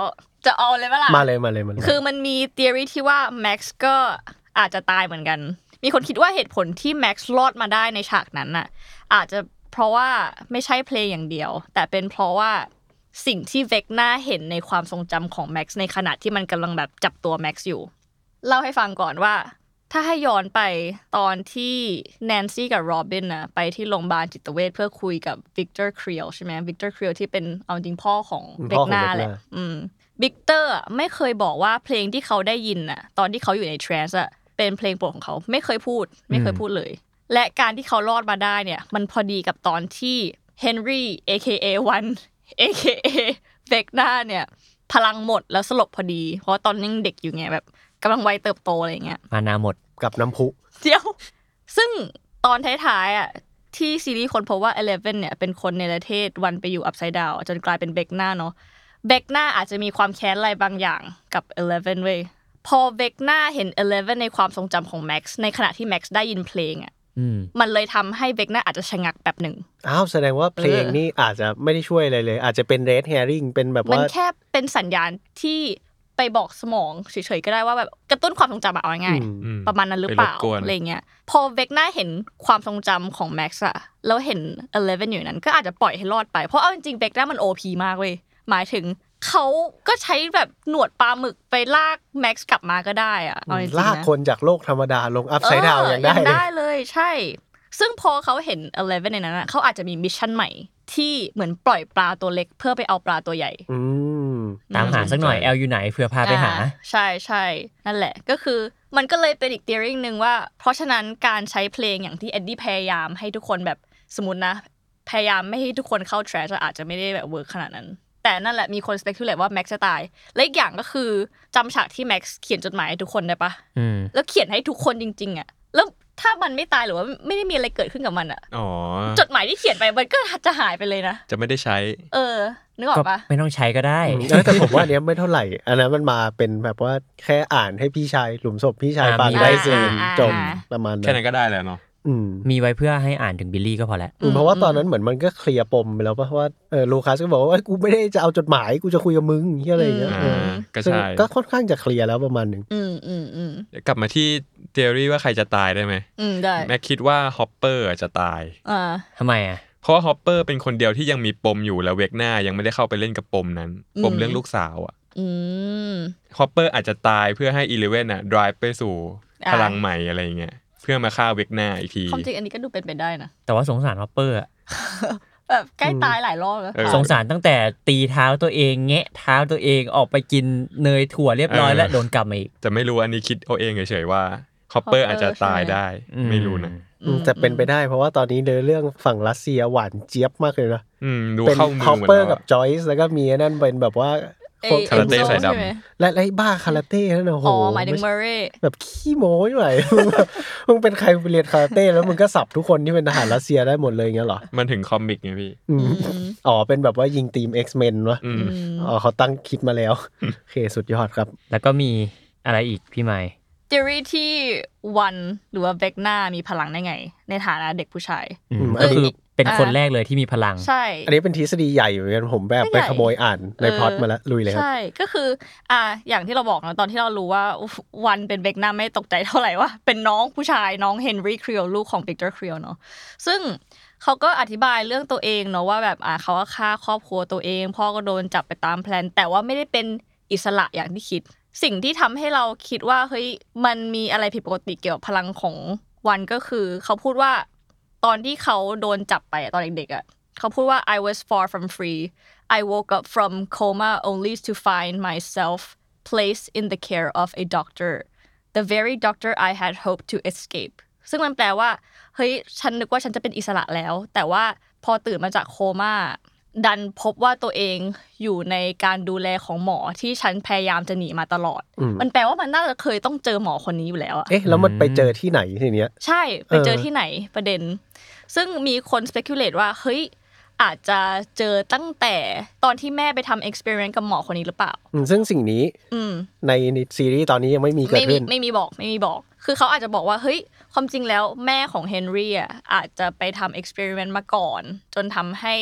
Speaker 6: จะเอาเลยปะล่ะ
Speaker 4: มาเลยมาเลยมาเลย
Speaker 6: คือมันมี t h e o r y ที่ว่าแม็กซ์ก็อาจจะตายเหมือนกัน มีคนคิดว่าเหตุผลที่แม็กซ์รอดมาได้ในฉากนั้นน่ะ อาจจะเพราะว่าไม่ใช่เพลงอย่างเดียว แต่เป็นเพราะว่าสิ่งที่เวกหน้าเห็นในความทรงจำของแม็กซ์ในขณะที่มันกำลังแบบจับตัวแม็กซ์อยู่ เล่าให้ฟังก่อนว่า ถ้าให้ย้อนไปตอนที่แนนซี่กับโรบินนะไปที่โรงพยาบาลจิตเวชเพื่อคุยกับวิกเตอร์ครีลใช่ไหมวิกเตอร์ครีลที่เป็นเอาจริงพ่อของเบ
Speaker 4: พ่
Speaker 6: ก
Speaker 4: อของ
Speaker 6: หน้า
Speaker 4: Vecna
Speaker 6: แหละอืมวิกเตอร์ไม่เคยบอกว่าเพลงที่เขาได้ยินน่ะ ตอนที่เขาอยู่ในทรานส์อ่ะเป็นเพลงโปรดของเขาไม่เคยพูด ไม่เคยพูดเลย และการที่เขารอดมาได้เนี่ย มันพอดีกับตอนที่เฮนรี่ AKA วัน AKA เบกหน้าเนี่ย พลังหมดแล้วสลบพอดี เพราะว่าตอนนั้นยังเด็กอยู่ไงแบบกำลังวัยเติบโตอะไรอย่างเงี้ย
Speaker 3: มานาหมด
Speaker 4: กับน้ำพุ
Speaker 6: เดียว ซึ่งตอนท้ายๆอ่ะที่ซีรีส์คนพบว่า Eleven เนี่ยเป็นคนในประเทศวันไปอยู่อั s ไซด์ดาวจนกลายเป็นเบกหน้าเนาะเบกหน้าอาจจะมีความแค้นอะไรบางอย่างกับ Eleven เว้ยพอเบกหน้าเห็น Eleven ในความทรงจำของ Max ในขณะที่ Max ได้ยินเพลงอ่ะ
Speaker 3: อืม
Speaker 6: มันเลยทำให้เบกหน้าอาจจะชะงักแป๊บหนึ่ง
Speaker 4: อ้าวแสดงว่าเพลง
Speaker 6: เออ
Speaker 4: นี่อาจจะไม่ได้ช่วยอะไรเลย อาจจะเป็นเรดแฮริงเป็นแบบ
Speaker 6: มัน
Speaker 4: ว่า
Speaker 6: แค่เป็นสัญญาณที่ ไปบอกสมองเฉยๆก็ได้ว่าแบบกระตุ้นความทรงจำอะเอาง่าย
Speaker 4: อืม
Speaker 5: อืม
Speaker 6: ๆประมาณนั้นหรือเปล่า
Speaker 5: ไปรบกวน
Speaker 6: อะไรเงี้ยพอเวกหน้าเห็นความทรงจำของแม็กซ์อะแล้วเห็น Eleven อยู่นั้นก็อาจจะปล่อยให้รอดไปเพราะเอาจริงๆเวกหน้ามันโอพีมากเว้ยหมายถึงเขาก็ใช้แบบหนวดปลาหมึกไปลากแม็กซ์กลับมาก็ได้อะเอาจริงๆนะ
Speaker 4: ลากคนจากโลกธรรมดาลงอัพไซด์ดาว
Speaker 6: เออ
Speaker 4: ยังได้เลย
Speaker 6: เลยใช่ ซึ่งพอเขาเห็น Eleven ในนั้นอะเขาอาจจะมีมิชชั่นใหม่ ที่เหมือนปล่อยปลาตัวเล็กเพื่อไปเอาปลาตัวใหญ่
Speaker 4: อืม
Speaker 3: ตามหาสักหน่อยแอลอยู่ไหนเผื่อพาไปหา
Speaker 6: อ่ใช่ใช่นั่นแหละก็คือมันก็เลยเป็นอีก t h e o r y หนึ่งว่า เพราะฉะนั้นการใช้เพลงอย่างที่เอ็ดดี้พยายามให้ทุกคนแบบสมมตินะ พยายามไม่ให้ทุกคนเข้า trash อาจจะไม่ได้แบบเวิร์กขนาดนั้น แต่นั่นแหละมีคน speculate ว่าแม็กซ์จะตายและอีกอย่างก็คือจำฉากที่แม็กซ์เขียนจดหมายให้ทุกคนได้ปะ
Speaker 3: อืม
Speaker 6: แล้วเขียนให้ทุกคนจริงๆอะแล้วถ้ามันไม่ตายหรือว่าไม่ได้มีอะไรเกิดขึ้นกับมันอะ
Speaker 5: อ๋อ
Speaker 6: จดหมายที่เขียนไปมันก็จะหายไปเลยนะ
Speaker 5: จะไม่ได้ใช้
Speaker 6: เออ นึกออ
Speaker 3: ก็
Speaker 6: กปะ
Speaker 3: ไม่ต้องใช้ก็ได้
Speaker 4: เออแต่ผมว่าอันเนี้ยไม่เท่าไหร่ อันนั้นมันมาเป็นแบบว่าแค่อ่านให้พี่ชายหลุมศพพี่ชาย
Speaker 3: อ่า
Speaker 4: ฟัง
Speaker 3: มี
Speaker 4: ได้
Speaker 3: สิ
Speaker 4: ซึม
Speaker 6: อ่า
Speaker 4: จบ
Speaker 6: อ่า
Speaker 4: ประมาณ
Speaker 5: แค่
Speaker 4: นั้
Speaker 5: นั้นนก็ได้แล้วเนาะ
Speaker 4: อืม
Speaker 3: มีไว้เพื่อให้อ่านถึงบิลลี่ก็พอแล้ว
Speaker 4: อืมเพราะว่าตอนนั้นเหมือนมันก็เคลียร์ปมไปแล้วเพราะว่าเออลูคัสก็บอกว่าเอ้ยกูไม่ได้จะเอาจดหมายกูจะคุยกับมึงเหียอะไรอย่างเงี้
Speaker 6: ม
Speaker 4: ยเอ
Speaker 5: อ่า
Speaker 4: อ
Speaker 5: ก็
Speaker 4: ซึ่ง
Speaker 5: ใช่
Speaker 4: ก็ค่อนข้างจะเคลียร์แล้วประมาณหนึ่ง
Speaker 6: อืมอืมอืม
Speaker 5: เดี๋ยวกลับมาที่เทอรี่ว่าใครจะตายได้ไหม
Speaker 6: อืมได้
Speaker 5: แม็กคิดว่าฮอปเปอร์จะตาย
Speaker 6: อ่า
Speaker 3: ทำไมอ่ะ
Speaker 5: เพราะว่าฮอปเปอร์เป็นคนเดียวที่ยังมีปมอยู่แล้วเวกหน้ายังไม่ได้เข้าไปเล่นกับปมนั้น ปมเรื่องลูกสาวอะ
Speaker 6: อืม
Speaker 5: ฮอปเปอร์อาจจะตายเพื่อให้อีเลเว่นอะดライไปสู่
Speaker 6: อ่า
Speaker 5: พลังใหม่อะไรอย่างเงี้ย เพื่อมาฆ่าเวกหน้าอีกที
Speaker 6: ความจริงอันนี้ก็ดูเป็นไปได้นะ
Speaker 3: แต่ว่าสงสารฮอปเปอร์อะ
Speaker 6: แบบใกล้ตายหลายรอบแล้ว
Speaker 5: เออ
Speaker 3: สงสารตั้งแต่ตีเท้าตัวเองแงะเท้าตัวเองออกไปกินเนยถั่วเรียบร้อย
Speaker 5: เออ
Speaker 3: แล้วโดนกลับมาอีก
Speaker 5: แต่ไม่รู้อันนี้คิดเอาเองเฉยๆว่าฮอปเปอร์อาจจะตายได้
Speaker 3: อื
Speaker 5: ไม่รู้นะ
Speaker 6: อืม
Speaker 4: จะเป็นไปได้เพราะว่าตอนนี้เนื้อเรื่องฝั่งรัสเซียหวานเจี๊ยบมากเลยนะ
Speaker 5: อืมดู
Speaker 4: เป็น
Speaker 5: เข้ามือ
Speaker 4: คอป
Speaker 5: หมด
Speaker 4: เปอร์
Speaker 5: แล้
Speaker 4: กับ
Speaker 5: ว
Speaker 4: จอยส์แล้วก็มีไอ้นั่นเป็นแบบว่า
Speaker 6: เอ้
Speaker 4: พวก
Speaker 6: ย
Speaker 5: คาราเต้สายดำ
Speaker 6: ใช่ไหม
Speaker 4: และและไอ้บ้าคาราเต้นั่นนะโอ้โห
Speaker 6: อ๋อหมายถึง
Speaker 4: ไใช่
Speaker 6: เมอร์เร่
Speaker 4: แบบขี้โม้ยหน่อย [LAUGHS] มึงแบบมึงเป็นใครมึงไปเรียนคาราเต้แล้วมึงก็สับทุกคนที่เป็นทหารรัสเซียได้หมดเลยเงี้ยเหรอ
Speaker 5: มันถึงคอมิกไงพี่
Speaker 4: อืมอ๋อ เป็นแบบว่ายิงทีม X-Men วะ
Speaker 5: อืม
Speaker 4: อ๋อเขาตั้งคิดมาแล้ว โอเค สุดยอดครับ
Speaker 3: แล้วก็มีอะไรอีกพี่ไม้
Speaker 6: เทอรี่ที่วันหรือว่าเวกหน้ามีพลังได้ไง ในฐานะเด็กผู้ชาย
Speaker 3: อืม
Speaker 4: อืม
Speaker 3: ก็คือเป็นคน
Speaker 6: อ่า
Speaker 3: แรกเลยที่มีพลัง
Speaker 6: ใช่
Speaker 4: อันนี้เป็นทฤษฎีใหญ่อยู่เหมือนกันผมแบบไปขโมยอ่านใน
Speaker 6: เออ
Speaker 4: พล็อดมาแล้วลุยเลยครับ
Speaker 6: ใช่ ก็คือ อ่า อย่างที่เราบอกนะตอนที่เรารู้ว่าอุ๊ยวันเป็นเบกนัมไม่ตกใจเท่าไหร่ว่า เป็นน้องผู้ชายน้องเฮนรี่ครี l ลูกของวิกเตอร์ครีลเนาะ ซึ่งเขาก็อธิบายเรื่องตัวเองเนาะว่าแบบอ่าเขาก็ฆ่าครอบครัวตัวเอง พ่อก็โดนจับไปตามแพลน แต่ว่าไม่ได้เป็นอิสระอย่างที่คิด สิ่งที่ทำให้เราคิดว่าเฮ้ยมันมีอะไรผิดปกติเกี่ยวกับพลังของวันก็คือ เขาพูดว่าตอนที่เขาโดนจับไปอะตอนเด็กๆอะเขาพูดว่า I was far from free I woke up from coma only to find myself placed in the care of a doctor the very doctor I had hoped to escape ซึ่งมันแปลว่า เฮ้ย ฉันนึกว่าฉันจะเป็นอิสระแล้ว แต่ว่าพอตื่นมาจากโคม่า ดันพบว่าตัวเองอยู่ในการดูแลของหมอที่ฉันพยายามจะหนีมาตลอด
Speaker 4: อืม
Speaker 6: มันแปลว่ามันน่าจะเคยต้องเจอหมอคนนี้อยู่แล้วอะ
Speaker 4: เอ๊ะ แล้วมันไปเจอที่ไหนทีเนี้ย
Speaker 6: ใช่ไปเจอ
Speaker 4: เออ
Speaker 6: ที่ไหนประเด็น ซึ่งมีคน speculate ว่าเฮ้ยอาจจะเจอตั้งแต่ตอนที่แม่ไปทำ experiment กับหมอคนนี้หรือเปล่า
Speaker 4: อืมซึ่งสิ่งนี้
Speaker 6: อืม
Speaker 4: ในซีรีส์ตอนนี้ยังไม่มีเกิด
Speaker 6: ไม่มี
Speaker 4: ขึ้น
Speaker 6: ไม่มีบอกไม่มีบอก คือเขาอาจจะบอกว่าเฮ้ยความจริงแล้วแม่ของเฮนรี่อ่ะอาจจะไปทำเอ็กซ์เพร์เมนต์มาก่อน จนทำให้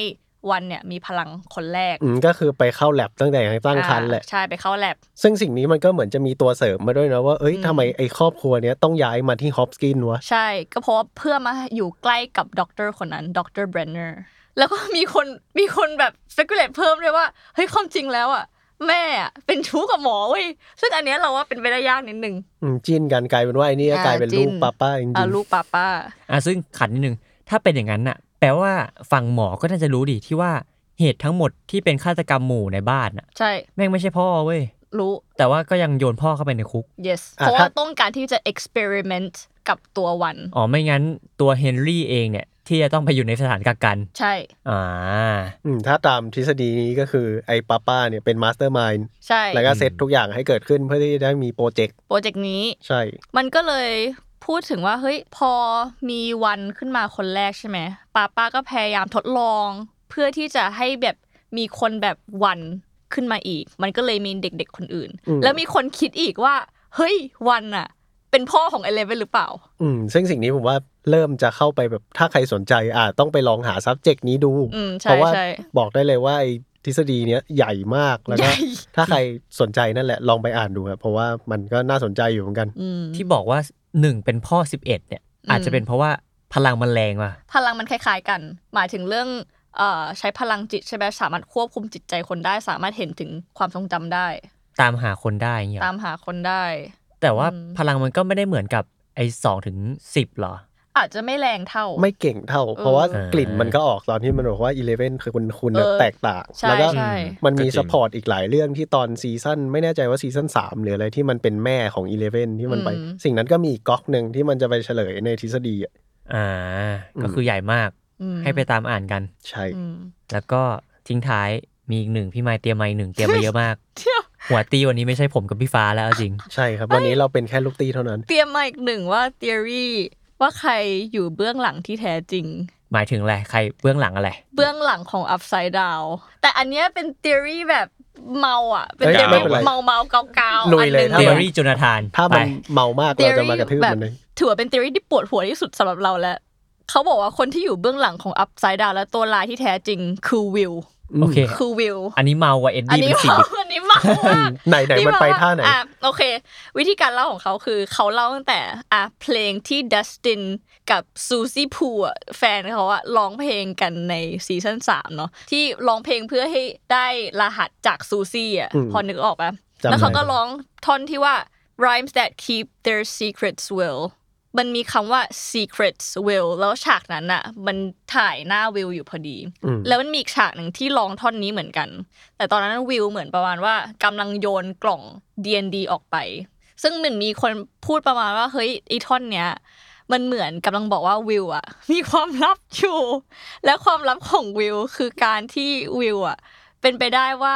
Speaker 6: วันเนี่ยมีพลังคนแรก
Speaker 4: อืมก็คือไปเข้าแลบตั้งแต่ยังตั้งครรภ์แหละ
Speaker 6: อ่าใช่ไปเข้าแลบ
Speaker 4: ซึ่งสิ่งนี้มันก็เหมือนจะมีตัวเสริมมาด้วยนะว่าเอ้ยทำไมไอ้ครอบครัวเนี้ยต้องย้ายมาที่ฮอปกินวะ
Speaker 6: ใช่ก็เพราะว่าเพื่อมาอยู่ใกล้กับด็อกเตอร์คนนั้นด็อกเตอร์เบรนเนอร์แล้วก็มีคนมีคนแบบ speculate เพิ่มด้วยว่าเฮ้ยความจริงแล้วอ่ะแม่อะเป็นชู้กับหมอเว้ยซึ่งอันเนี้ยเราว่าเป็นไปได้ยากนิดนึง
Speaker 4: อืมจิ้นกันกลายเป็นว่าไอ้นี่
Speaker 6: อ่าก
Speaker 4: ลายเป็น
Speaker 6: จิ้
Speaker 4: ลู
Speaker 6: น
Speaker 4: กป้าป้าจริง
Speaker 6: อ่ะลูกป้าป้า
Speaker 3: อ่ะซึ่งขัดนิดนึง ถ้าเป็นอย่างนั้นน่ะ แปลว่าฝั่งหมอก็น่าจะรู้ดิที่ว่าเหตุทั้งหมดที่เป็นฆาตกรรมหมู่ในบ้านน่ะ
Speaker 6: ใช่
Speaker 3: แม่งไม่ใช่พ่อเว้ย
Speaker 6: รู้
Speaker 3: แต่ว่าก็ยังโยนพ่อเข้าไปในคุก
Speaker 6: yes
Speaker 4: อ่ะ
Speaker 6: เพราะว่า
Speaker 4: ถ้า
Speaker 6: ต้องการที่จะ experiment กับตัววัน
Speaker 3: อ๋อไม่งั้นตัวเฮนรี่เองเนี่ย ที่จะต้องไปอยู่ในสถานกักกัน
Speaker 6: ใช่
Speaker 3: อ่า
Speaker 4: อืมถ้าตามทฤษฎีนี้ก็คือไอ้ป้าป้าเนี่ยเป็นมาสเตอร์มายน์
Speaker 6: ใช่
Speaker 4: แล้วก็เซตทุกอย่างให้เกิดขึ้นเพื่อที่จะได้มีโปรเจกต์
Speaker 6: โปรเจกต์นี้
Speaker 4: ใช่
Speaker 6: มันก็เลยพูดถึงว่าเฮ้ยพอมีวันขึ้นมาคนแรกใช่ไหมป้าป้าก็พยายามทดลอง เพื่อที่จะให้แบบมีคนแบบวันขึ้นมาอีก มันก็เลยมีเด็กๆคนอื่น
Speaker 4: อืม
Speaker 6: แล้วมีคนคิดอีกว่า เฮ้ยวันอะเป็นพ่อของเอเลเวนหรือเปล่า
Speaker 4: อืมซึ่งสิ่งนี้ผมว่าเริ่มจะเข้าไปแบบถ้าใครสนใจอ่าต้องไปลองหา subject นี้ดู
Speaker 6: อืมใช่
Speaker 4: เพราะว่า
Speaker 6: ใช่
Speaker 4: บอกได้เลยว่าไอ้ ทฤษฎีเนี้ยใหญ่มากแล้วก็
Speaker 6: ใหญ่
Speaker 4: ถ้าใครสนใจนั่นแหละลองไปอ่านดูครับเพราะว่ามันก็น่าสนใจอยู่เหมือนกัน
Speaker 6: [LAUGHS] อืม
Speaker 3: ที่บอกว่าหนึ่งเป็นพ่อ 11 เนี่ย
Speaker 6: อืม
Speaker 3: อาจจะเป็นเพราะว่าพลังมันแรงว่ะ
Speaker 6: พลังมันคล้ายๆกัน หมายถึงเรื่องเอ่อใช้พลังจิตใช่ไหมสามารถควบคุมจิตใจคนได้ สามารถเห็นถึงความทรงจำได้
Speaker 3: ตามหาคนได้อย่างเงี้ย
Speaker 6: ตามหาคนได้
Speaker 3: แต่ว่า
Speaker 6: อืม
Speaker 3: พลังมันก็ไม่ได้เหมือนกับไอ้สองถึงสิบหรอ
Speaker 6: อาจจะไม่แรงเท่า
Speaker 4: ไม่เก่งเท่า เพราะว่ากลิ่นมันก็ออกตอนที่มันบอกว่า 11 คือคุณคุณเนี่ย
Speaker 6: เออ
Speaker 4: แตกต่าง
Speaker 6: ใช่
Speaker 4: แล้วก็
Speaker 6: ใช่
Speaker 4: มันมี
Speaker 5: ก็จริง
Speaker 4: สปอร์ตอีกหลายเรื่องที่ตอนซีซั่นไม่แน่ใจว่าซีซั่น3หรืออะไรที่มันเป็นแม่ของ 11 ที่มันไป สิ่งนั้นก็มีอีกก๊อกหนึ่งที่มันจะไปเฉลยในทฤษฎีอะ
Speaker 3: อ่า
Speaker 4: อืม
Speaker 3: ก็คือใหญ่มาก
Speaker 6: อืม
Speaker 3: ให้ไปตามอ่านกัน
Speaker 4: ใช่
Speaker 6: อืม
Speaker 3: แล้วก็ทิ้งท้ายมีอีกหนึ่งพี่ไมค์เตรียมมาอีกหนึ่งเตรียมมาเยอะมาก
Speaker 6: เที่ยว
Speaker 3: หัวตีวันนี้ไม่ใช่ผมกับพี่ฟ้าแล้วเอาจริง
Speaker 4: ใช่ครับ วันนี้เราเป็นแค่ลูกตีเท่านั้น
Speaker 6: เตรียมมาอีกหนึ่งว่า theory ว่าใครอยู่เบื้องหลังที่แท้จริง
Speaker 3: หมายถึงอะไรใครเบื้องหลังอะไร
Speaker 6: เบื้องหลังของ upside down แต่อันเนี้ยเป็น theory แบบเมาอ่ะ เป็น
Speaker 4: เอ้ย
Speaker 6: เ
Speaker 4: ไม่เป็นไร
Speaker 6: มาเมาๆเกาเกา
Speaker 4: ลุยเลยถ้า
Speaker 3: เท
Speaker 4: มั
Speaker 3: อน รี่จนาธาน
Speaker 4: ถ้า
Speaker 3: ไป
Speaker 4: มันเมามากเราจะมากระทืบ
Speaker 6: แบบ
Speaker 4: มันเลย
Speaker 6: ถือว่าเป็น theory ที่ปวดหัวที่สุดสำหรับเราแล้วเขาบอกว่าคนที่อยู่เบื้องหลังของ upside down และตัวลายที่แท้จริงคือวิว
Speaker 3: โอเค
Speaker 6: คือวิว
Speaker 3: อันนี้เมากว่าเอ็ด
Speaker 6: อัน
Speaker 3: ดี้
Speaker 6: นี้
Speaker 3: เป็นสิบ
Speaker 6: เมา
Speaker 3: อีก
Speaker 6: อันนี้เมา
Speaker 4: อื
Speaker 6: มาม ก
Speaker 4: ไหนไหนมันไป
Speaker 6: ที่แบบว่
Speaker 4: ท่าไหน
Speaker 6: อ่ะโอเค วิธีการเล่าของเขาคือเขาเล่าตั้งแต่อ่ะเพลงที่ดัสตินกับซูซี่พูอะแฟนเขาอะร้องเพลงกันในซีซั่นสามเนาะที่ร้องเพลงเพื่อให้ได้รหัสจากซูซี่อะ
Speaker 4: อืม
Speaker 6: พอนึกออกปะ
Speaker 4: จำได้
Speaker 6: แล้วเขาก็ร้องท่อนที่ว่า rhymes that keep their secrets will มันมีคำว่า secrets will แล้วฉากนั้นอะมันถ่ายหน้าวิวอยู่พอดี
Speaker 4: อืม
Speaker 6: แล้วมันมีอีกฉากหนึ่งที่ร้องท่อนนี้เหมือนกัน แต่ตอนนั้นวิวเหมือนประมาณว่ากำลังโยนกล่อง D&D ออกไป ซึ่งเหมือนมีคนพูดประมาณว่าเฮ้ยไอีท่อนเนี้ยมันเหมือนกำลังบอกว่าวิวอะมีความลับอยู่ และความลับของวิวคือการที่วิวอะเป็นไปได้ว่า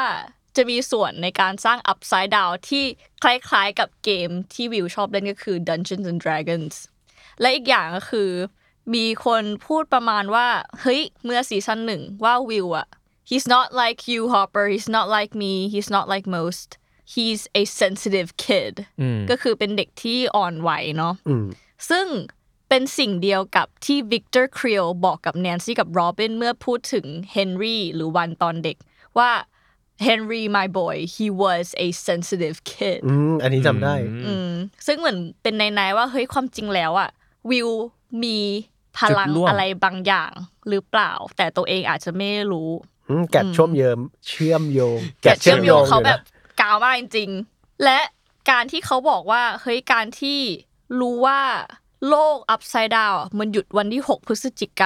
Speaker 6: จะมีส่วนในการสร้างอัพไซด์ดาวที่คล้ายๆกับเกมที่วิวชอบเล่นก็คือ Dungeons and Dragons และอีกอย่างก็คือ มีคนพูดประมาณว่า เฮ้ย เมื่อซีซั่นหนึ่งว่าวิวอะ he's not like you Hopper he's not like me he's not like most he's a sensitive kid
Speaker 3: อืม
Speaker 6: ก็คือเป็นเด็กที่อ่อนไหวเนาะ
Speaker 4: อืม
Speaker 6: ซึ่งเป็นสิ่งเดียวกับที่ Victor Creel บอกกับ Nancy กับ Robin เมื่อพูดถึง Henry หรือวันตอนเด็กว่า Henry my boy he was a sensitive kid
Speaker 4: อืมอันนี้จำได้
Speaker 6: อืมซึ่งเหมือนเป็นในในๆว่าเฮ้ยความจริงแล้วอะวิวมีพลัง
Speaker 3: จุดร่วม
Speaker 6: อะไรบางอย่างหรือเปล่า แต่ตัวเองอาจจะไม่รู้
Speaker 4: อืมแกะเช่อมเยิมเชื่อมโยง
Speaker 6: แต่เชื่อมโยงเขา
Speaker 4: ยู่นะ
Speaker 6: แบบกาวมากจริงๆ และการที่เขาบอกว่าเฮ้ยการที่รู้ว่าโลกอัพไซด์ดาวมันหยุดวันที่ 6 พฤศจิก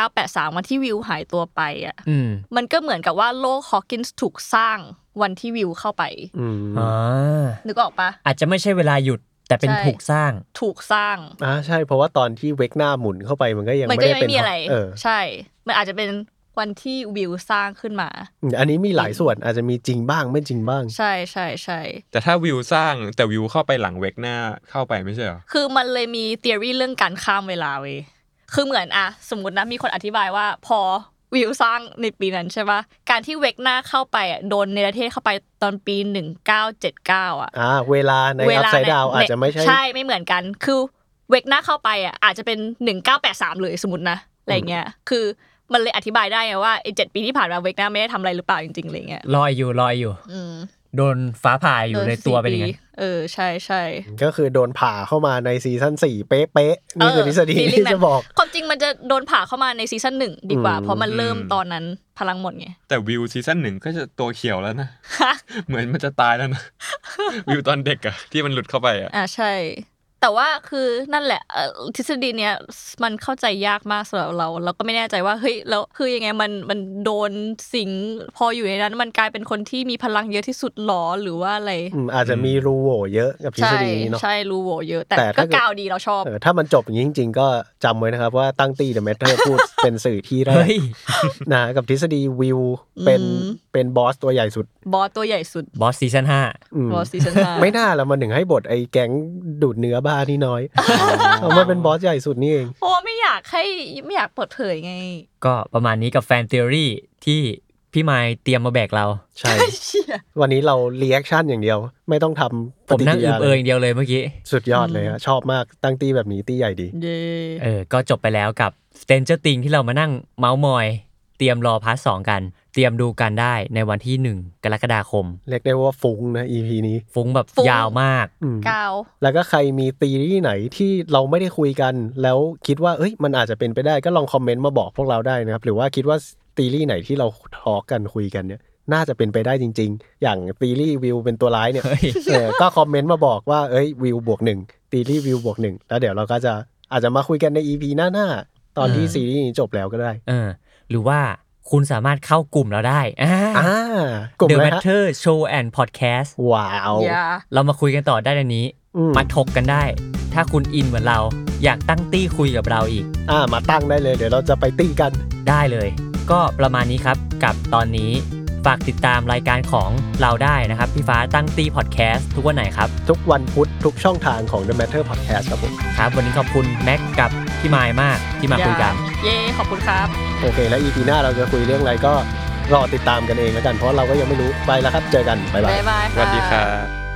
Speaker 6: า 1983 วันที่วิวหายตัวไปอ่ะ
Speaker 3: อืม
Speaker 6: มันก็เหมือนกับว่าโลกฮอ w กินส์ถูกสร้างวันที่วิวเข้าไป
Speaker 4: อืม
Speaker 3: อ่า
Speaker 6: นึกออกปะ
Speaker 3: อาจจะไม่ใช่เวลาหยุดแต่เป็น
Speaker 6: ใช่
Speaker 3: ถูกสร้าง
Speaker 6: ถูกสร้าง
Speaker 4: อ่าใช่เพราะว่าตอนที่เวกหน้าหมุนเข้าไปมันก็ยัง
Speaker 6: มัน
Speaker 4: ไม่
Speaker 6: ก็ยั
Speaker 4: ได้
Speaker 6: ง
Speaker 4: เป็น
Speaker 6: ไม่มีอะไร
Speaker 4: เออ
Speaker 6: ใช่ มันอาจจะเป็นวันที่วิวสร้างขึ้นมา
Speaker 4: อืมอันนี้มีหลายส่วนอาจจะมีจริงบ้างไม่จริงบ้าง
Speaker 6: ใช่ใช่ใช่
Speaker 5: แต่ถ้าวิวสร้างแต่วิวเข้าไปหลังเวกหน้าเข้าไปไม่ใช่เหรอ
Speaker 6: คือมันเลยมี t ี e o r y เรื่องการข้ามเวลาเว้ยคือเหมือนอะสมมตินะมีคนอธิบายว่า พอวิวสร้างในปีนั้นใช่ปะการที่เวกหน้าเข้าไปอะโดนในประเทศเข้าไปตอนปี 1979 อ่ะ
Speaker 4: อ่า เวลาในอัพไซด์ดาวอาจจะไม่ใช่
Speaker 6: ใช่ไม่เหมือนกัน คือเวกหน้าเข้าไปอ่ะอาจจะเป็น 1983เลยสมมตินะอะไรเงี้ย คือมันเลยอธิบายได้ไงว่าไอ้เจ็ดปีที่ผ่านมาเวกหน้าไม่ได้ทำอะไรหรือเปล่าจริงๆอะไรเงี้ย
Speaker 3: ลอยอยู่ลอยอยู่
Speaker 6: อืม
Speaker 3: โดนฟ้าผ่าอยู่ในตัวเป็นยังไง
Speaker 6: โดนสี่เออใช่ใช่
Speaker 4: ก็คือโดนผ่าเข้ามาในซีซั่นสี่เป๊ะๆนี่คือ
Speaker 6: เออ
Speaker 4: ทฤษฎี
Speaker 6: feeling
Speaker 4: ที่
Speaker 6: นั้น
Speaker 4: จะบอก
Speaker 6: ความจริงมันจะโดนผ่าเข้ามาในซีซั่นหนึ่งดีกว่า
Speaker 4: อืม
Speaker 6: เพราะมันเริ่ม
Speaker 5: อืม
Speaker 6: ตอนนั้นพลังหมดไง
Speaker 5: แต่วิวซีซั่นหนึ่งก็จะตัวเขียวแล้วนะ เหมือนมันจะตายแล้วนะ
Speaker 4: [LAUGHS]
Speaker 5: วิวตอนเด็กอะที่มันหลุดเข้าไปอะ
Speaker 6: อ่าใช่ แต่ว่าคือนั่นแหละเอ่อทฤษฎีเนี้ยมันเข้าใจยากมากสำหรับเรา เราก็ไม่แน่ใจว่าเฮ้ยแล้วคือยังไงมันมันโดนสิงพออยู่ในนั้น มันกลายเป็นคนที่มีพลังเยอะที่สุดหรอหรือว่าอะไร
Speaker 4: อืมอาจจะมีรูโหว่เยอะกับทฤษ
Speaker 6: ใช่
Speaker 4: ฎีนี้เนาะ
Speaker 6: ใช่รูโหวเยอะ แต่
Speaker 4: แต่
Speaker 6: ก็
Speaker 4: ถ้าเกิด
Speaker 6: กาวดีเราชอบ
Speaker 4: เออถ้ามันจบอย่างนี้จริง ๆ ก็จำไว้นะครับว่าตั้งตีเดอะแมทเทอร์พูด เป็นสื่อที่แรก
Speaker 3: เฮ้ย
Speaker 4: นะกับทฤษฎีวิวเป็น
Speaker 6: อืม
Speaker 4: เป็นบอสตัวใหญ่สุด
Speaker 6: บอสตัวใหญ่สุด
Speaker 3: บอสซีซั่นห้า
Speaker 4: อืม
Speaker 6: บอสซีซั่นห้า
Speaker 4: ไม่น่าละมันถึงให้บทไอ้แก๊งดูดเนื้อบ้านี่
Speaker 3: [LAUGHS]
Speaker 4: น้อยเอามาเป็นบอสใหญ่สุดนี่เอง
Speaker 6: เพราะว่าไม่อยากให้ไม่อยากเปิดเผยไง
Speaker 3: ก็ประมาณนี้กับแฟนเทอรี่ที่พี่ไมค์เตรียมมาแบกเรา
Speaker 4: ใช่ วันนี้เราเรีแอคชั่นอย่างเดียว ไม่ต้องทำ
Speaker 3: ผ
Speaker 4: ป
Speaker 3: ม
Speaker 4: ฏิ
Speaker 3: นั่ง
Speaker 4: กิริ
Speaker 3: อึ
Speaker 4: ยา
Speaker 3: บเอออย่างเดียวเลยเมื่อกี้
Speaker 4: สุดยอดเลยฮะชอบมากตั้งตีแบบนี้ตีใหญ่ดี
Speaker 6: เย้
Speaker 3: เออ ก็จบไปแล้วกับ Stranger Things ที่เรามานั่งเมาส์มอย เตรียมรอพาร์ทสองกัน เตรียมดูกันได้ในวันที่หนึ่งกรกฎาคม
Speaker 4: เรียกได้ว่าฟุ้งนะ EP นี้
Speaker 3: ฟุ้งแบบ
Speaker 6: ฟุ้ง
Speaker 3: ยาวมาก
Speaker 4: อืม
Speaker 6: กาว
Speaker 4: แล้วก็ใครมีตีรีส์ไหนที่เราไม่ได้คุยกัน แล้วคิดว่าเอ้ยมันอาจจะเป็นไปได้ก็ลองคอมเมนต์มาบอกพวกเราได้นะครับ หรือว่าคิดว่าตีรีส์ไหนที่เราทอล์กกันคุยกันเนี่ย น่าจะเป็นไปได้จริง ๆ อย่างตีรีส์วิวเป็นตัวร้ายเนี่ย
Speaker 3: เฮ้ย
Speaker 4: เออก็คอมเมนต์มาบอกว่าเอ้ยวิวบวกหนึ่งตีรีส์วิวบวกหนึ่งแล้วเดี๋ยวเราก็จะอาจจะมาคุยกันใน EP หน้าๆตอนที่ซีรีส์นี้จบแล้วก็ได้
Speaker 3: เออ หรือว่าคุณสามารถเข้ากลุ่มเราได้อ่า
Speaker 4: อ่ากลุ่ม
Speaker 3: The
Speaker 4: อะไรฮะ
Speaker 3: Matter Show and Podcast
Speaker 4: ว้าว
Speaker 6: อย่า
Speaker 3: เรามาคุยกันต่อได้ในนี้
Speaker 4: อืม
Speaker 3: มาถกกันได้ ถ้าคุณอินเหมือนเรา อยากตั้งตี้คุยกับเราอีก
Speaker 4: อ่ามาตั้งได้เลย เดี๋ยวเราจะไปตีกัน
Speaker 3: ได้เลย ก็ประมาณนี้ครับกับตอนนี้ ฝากติดตามรายการของเราได้นะครับ พี่ฟ้าตั้งตี้พอดแคสต์ทุกวันไหนครับ
Speaker 4: ทุกวันพุธทุกช่องทางของ The Matter Podcast ครับผม
Speaker 3: ครับ วันนี้ขอบคุณแม็กกับพี่มายมากที่มาคุยกัน
Speaker 6: เย้ ขอบคุณครับ
Speaker 4: โอเค แล้ว EP หน้าเราจะคุยเรื่องอะไรก็รอติดตามกันเองแล้วกัน เพราะเราก็ยังไม่รู้ ไปแล้วครับ เจอกัน บ๊ายบาย
Speaker 6: บ๊ายบาย
Speaker 5: ส
Speaker 6: ค่ะ
Speaker 5: วัสดีครับ